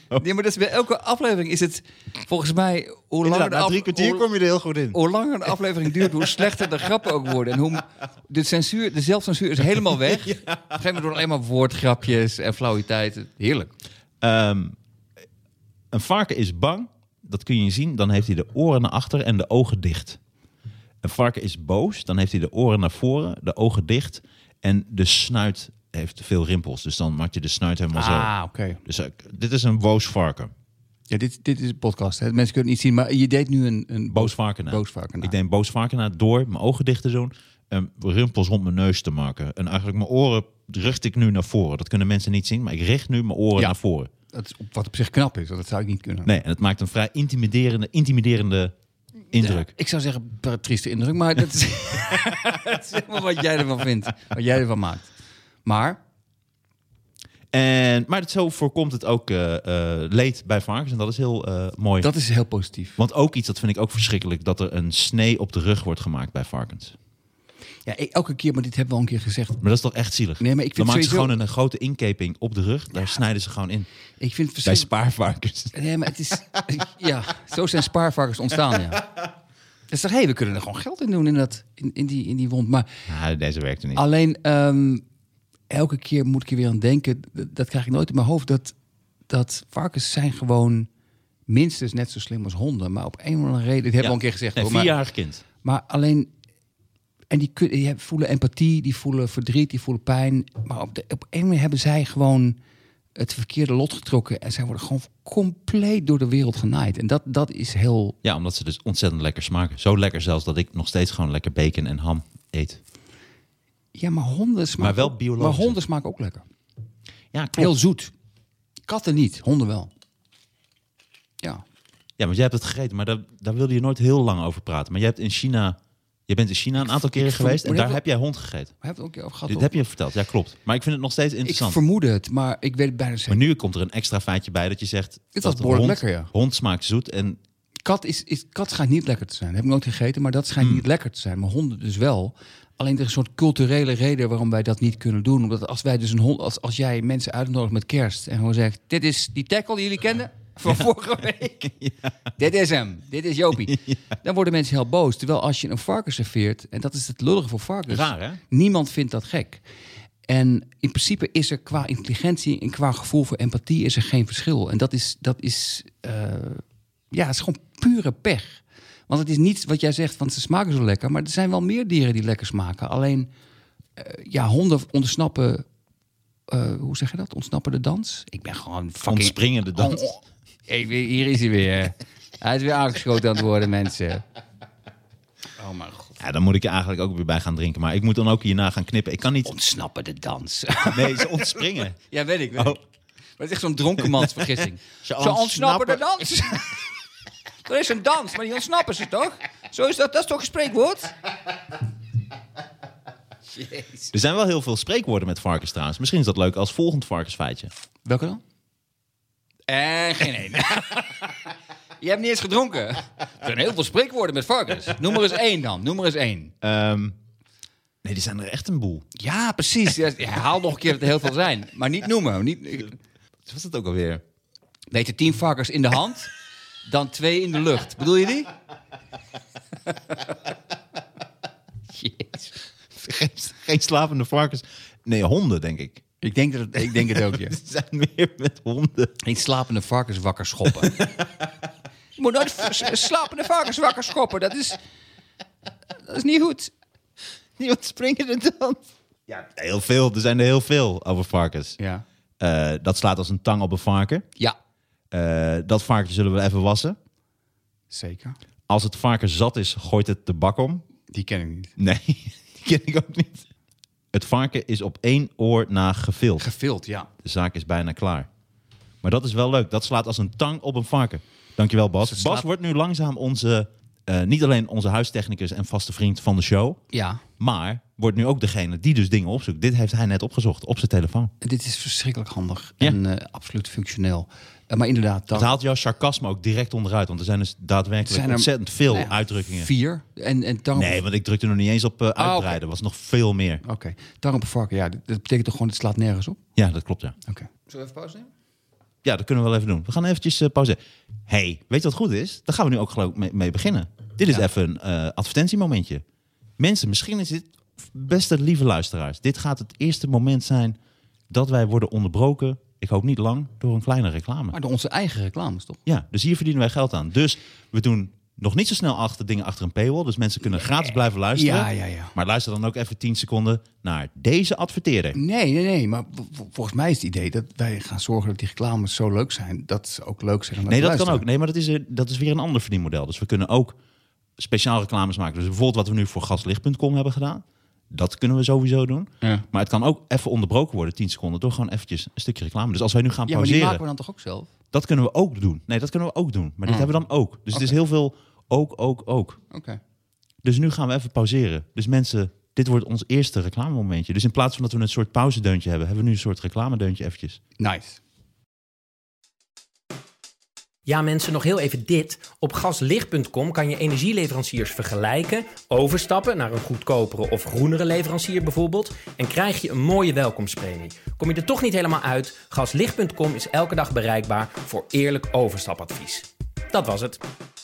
B: Zo.
C: Nee, maar dat is bij elke aflevering is het volgens mij hoe langer
B: Inderdaad,
C: de
B: na
C: af-
B: drie kwartier
C: hoe-
B: kom je er heel goed in.
C: hoe langer een aflevering duurt, hoe slechter de grappen ook worden. En hoe de, censuur, de zelfcensuur is helemaal weg. Op een gegeven moment doen alleen maar woordgrapjes en flauwiteiten. Heerlijk.
B: Ehm, een varken is bang, dat kun je zien. Dan heeft hij de oren naar achter en de ogen dicht. Een varken is boos, dan heeft hij de oren naar voren, de ogen dicht. En de snuit heeft veel rimpels. Dus dan maakt je de snuit helemaal zo.
C: Ah, oké.
B: Dus eh, dit is een boos varken.
C: Ja, dit, dit is een podcast. Hè? Mensen kunnen het niet zien, maar je deed nu een... een
B: Boos varken. na.
C: Boos varken na.
B: Ik deed een boos varken na door mijn ogen dicht te doen. En rimpels rond mijn neus te maken. En eigenlijk mijn oren richt ik nu naar voren. Dat kunnen mensen niet zien, maar ik richt nu mijn oren
C: Ja.
B: naar voren.
C: Dat is op, wat op zich knap is, want dat zou ik niet kunnen.
B: Nee, en het maakt een vrij intimiderende, intimiderende indruk.
C: Ik zou zeggen, per- trieste indruk, maar dat is, dat is helemaal wat jij ervan vindt. Wat jij ervan maakt. Maar,
B: En, maar het- zo voorkomt het ook eh, eh, leed bij varkens. En dat is heel eh, mooi.
C: dat is heel positief.
B: Want ook iets, dat vind ik ook verschrikkelijk, dat er een snee op de rug wordt gemaakt bij varkens.
C: Ja, ik- elke keer, maar dit hebben we al een keer gezegd.
B: Maar dat is toch echt zielig?
C: Nee, maar ik vind
B: Dan maken ze
C: sowieso-
B: gewoon een, grote inkeping op de rug. Daar snijden ze gewoon in.
C: Ik vind het
B: Bij
C: verschrikkelijk.
B: spaarvarkens.
C: Nee, maar het is... Ja, zo zijn spaarvarkens ontstaan, ja. Dus zeg, hé, we kunnen er gewoon geld in doen in, dat, in, in, die, in die wond. Maar
B: Nou, deze werkte niet.
C: alleen, ehm, elke keer moet ik er weer aan denken. d- Dat, krijg ik nooit in mijn hoofd. Dat, dat varkens zijn gewoon minstens net zo slim als honden. Maar op een of andere reden, dit hebben we al een keer gezegd.
B: Een
C: hoor, maar-
B: vierjarig kind.
C: Maar alleen. En die, kun- die hebben- voelen empathie, die voelen verdriet, die voelen pijn. Maar op, de, op een manier hebben zij gewoon het verkeerde lot getrokken. En zij worden gewoon compleet door de wereld genaaid. En dat, dat is heel.
B: Ja, omdat ze dus ontzettend lekker smaken. Zo lekker zelfs dat ik nog steeds gewoon lekker bacon en ham eet.
C: Ja, maar honden smaken.
B: wel
C: ook-
B: biologisch.
C: Maar honden smaken ook lekker.
B: Ja,
C: Heel zoet. Katten niet, honden wel. Ja.
B: Ja, want jij hebt het gegeten, maar daar, daar wilde je nooit heel lang over praten. Maar jij hebt in China, je bent in China een aantal keren
C: verm-
B: geweest en
C: maar
B: daar
C: dat-
B: heb jij hond gegeten.
C: We hebben het ook een keer over gehad.
B: Dit
C: toch?
B: heb je verteld, ja klopt. Maar ik vind het nog steeds
C: Oh. ik
B: interessant.
C: vermoedde het, maar ik weet het bijna zeker.
B: Maar nu komt er een extra feitje bij dat je zegt...
C: was
B: dat
C: behoorlijk
B: hond,
C: lekker, ja.
B: Hond smaakt zoet en
C: Kat, is, is, kat schijnt niet lekker te zijn. heb ik nooit gegeten, maar dat schijnt
B: Hmm.
C: niet lekker te zijn. Maar honden dus wel. Alleen er is een soort culturele reden waarom wij dat niet kunnen doen. Omdat als wij dus een hond, als, als jij mensen uitnodigt met kerst en gewoon zegt: Dit is die tackle die jullie kenden van vorige week. Dit is hem, dit is Jopie. Dan worden mensen heel boos. Terwijl als je een varken serveert, en dat is het lullige voor varkens.
B: Raar, hè?
C: Niemand vindt dat gek. En in principe is er qua intelligentie en qua gevoel voor empathie is er geen verschil. En dat is, dat is eh, ja, het is gewoon pure pech. Want het is niet wat jij zegt, want ze smaken zo lekker. Maar er zijn wel meer dieren die lekker smaken. Alleen, eh, ja, honden ontsnappen... eh, hoe zeg je dat? Ontsnappen de dans? Ik ben gewoon fucking...
B: ontspringen de dans.
C: Oh, oh. Ik weet- hier is hij weer. Hij is weer aangeschoten aan het worden, mensen. Oh mijn god.
B: Ja, dan moet ik er eigenlijk ook weer bij gaan drinken. Maar ik moet dan ook hierna gaan knippen. Ik kan niet...
C: Ontsnappen de dans.
B: Nee, ze ontspringen.
C: ja, weet ik. Weet ik. Maar het is echt zo'n dronkenmansvergissing. Oh. Ze
B: ontsnappen-
C: ontsnappen de dans. er is een dans, maar die ontsnappen ze toch? Zo is dat, dat is toch een spreekwoord?
B: Er zijn wel heel veel spreekwoorden met varkens trouwens. Misschien is dat leuk als volgend varkensfeitje.
C: Welke dan? En Eh, geen één. Je hebt niet eens gedronken. Er zijn heel veel spreekwoorden met varkens. Noem er eens één dan. Noem er eens één.
B: Ehm, nee, er zijn er echt een boel.
C: Eh, Ja, precies. Ja, Herhaal nog een keer dat er heel veel zijn. Maar niet noemen. Niet...
B: Wat was dat ook alweer?
C: Weet je, tien varkens in de hand, dan twee in de lucht. Bedoel je die? Jezus.
B: Geen, geen slapende varkens. Nee, honden denk ik.
C: Ik denk, dat het, ik denk het ook, ja.
B: Er zijn meer met honden.
C: Niet slapende varkens wakker schoppen. Je moet nooit v- s- slapende varkens wakker schoppen. Dat is, dat is niet goed.
B: Die ontspringen de dans. Ja, heel veel. Er zijn er heel veel over varkens.
C: Ja.
B: Eh, dat slaat als een tang op een varken.
C: Ja.
B: Eh, dat varken zullen we even wassen.
C: Zeker.
B: Als het varken zat is, gooit het de bak om.
C: Die ken ik niet.
B: Nee, die ken ik ook niet. Het varken is op één oor na gevild.
C: Gevild, ja.
B: De zaak is bijna klaar. Maar dat is wel leuk. Dat slaat als een tang op een varken. Dankjewel, Bas.
C: Dus het slaat-
B: Bas wordt nu langzaam onze, eh, niet alleen onze huistechnicus en vaste vriend van de show.
C: Ja.
B: Maar wordt nu ook degene die dus dingen opzoekt. Dit heeft hij net opgezocht op zijn telefoon.
C: Dit is verschrikkelijk handig
B: Ja.
C: en eh, absoluut functioneel. Eh, maar inderdaad, dat
B: Het haalt jouw sarcasme ook direct onderuit. Want er zijn dus daadwerkelijk
C: Zijn er-
B: ontzettend veel
C: nou ja,
B: uitdrukkingen.
C: vier. En, en tang-
B: Nee, want ik drukte nog niet eens op eh, uitbreiden.
C: oké.
B: Er was nog veel meer.
C: Oké, tang op een varken. Ja, dat, dat betekent toch gewoon, het slaat nergens op?
B: Ja, dat klopt ja.
C: Oké. Zullen we even pauze nemen?
B: Ja, dat kunnen we wel even doen. We gaan eventjes eh, pauzeren. hey, weet je wat goed is? Daar gaan we nu ook geloof ik mee, mee beginnen. Dit is even een eh, advertentiemomentje. Mensen, misschien is dit, beste lieve luisteraars, dit gaat het eerste moment zijn dat wij worden onderbroken, ik hoop niet lang, door een kleine reclame.
C: Maar door onze eigen reclames, toch?
B: Ja, dus hier verdienen wij geld aan. Dus we doen nog niet zo snel achter dingen achter een paywall. Dus mensen kunnen gratis blijven luisteren.
C: Ja, ja, ja.
B: Maar luister dan ook even 10 seconden naar deze adverteerder.
C: Nee, nee, nee. Maar v- v- volgens mij is het idee dat wij gaan zorgen dat die reclames zo leuk zijn... dat ze ook leuk zijn om naar
B: Nee,
C: te
B: dat kan ook.
C: luisteren.
B: Nee, maar dat is, eh, dat is weer een ander verdienmodel. Dus we kunnen ook speciaal reclames maken. Dus bijvoorbeeld wat we nu voor gaslicht.com hebben gedaan. Dat kunnen we sowieso doen.
C: Ja.
B: Maar het kan ook even onderbroken worden, 10 seconden, door gewoon eventjes een stukje reclame. Dus als wij nu gaan
C: Ja, maar die
B: pauzeren,
C: maken we Oh. dan toch ook zelf?
B: dat kunnen we ook doen. Nee, dat kunnen we ook doen. Maar dit hebben we dan ook. Dus het is heel veel ook, ook, ook.
C: Oké.
B: Dus nu gaan we even pauzeren. Dus mensen, dit wordt ons eerste reclamemomentje. Dus in plaats van dat we een soort pauzedeuntje hebben, hebben we nu een soort reclamedeuntje eventjes.
C: Nice.
F: Ja, mensen, nog heel even dit. Op gaslicht.com kan je energieleveranciers vergelijken, overstappen naar een goedkopere of groenere leverancier bijvoorbeeld en krijg je een mooie welkomstpremie. Kom je er toch niet helemaal uit? Gaslicht.com is elke dag bereikbaar voor eerlijk overstapadvies. Dat was het.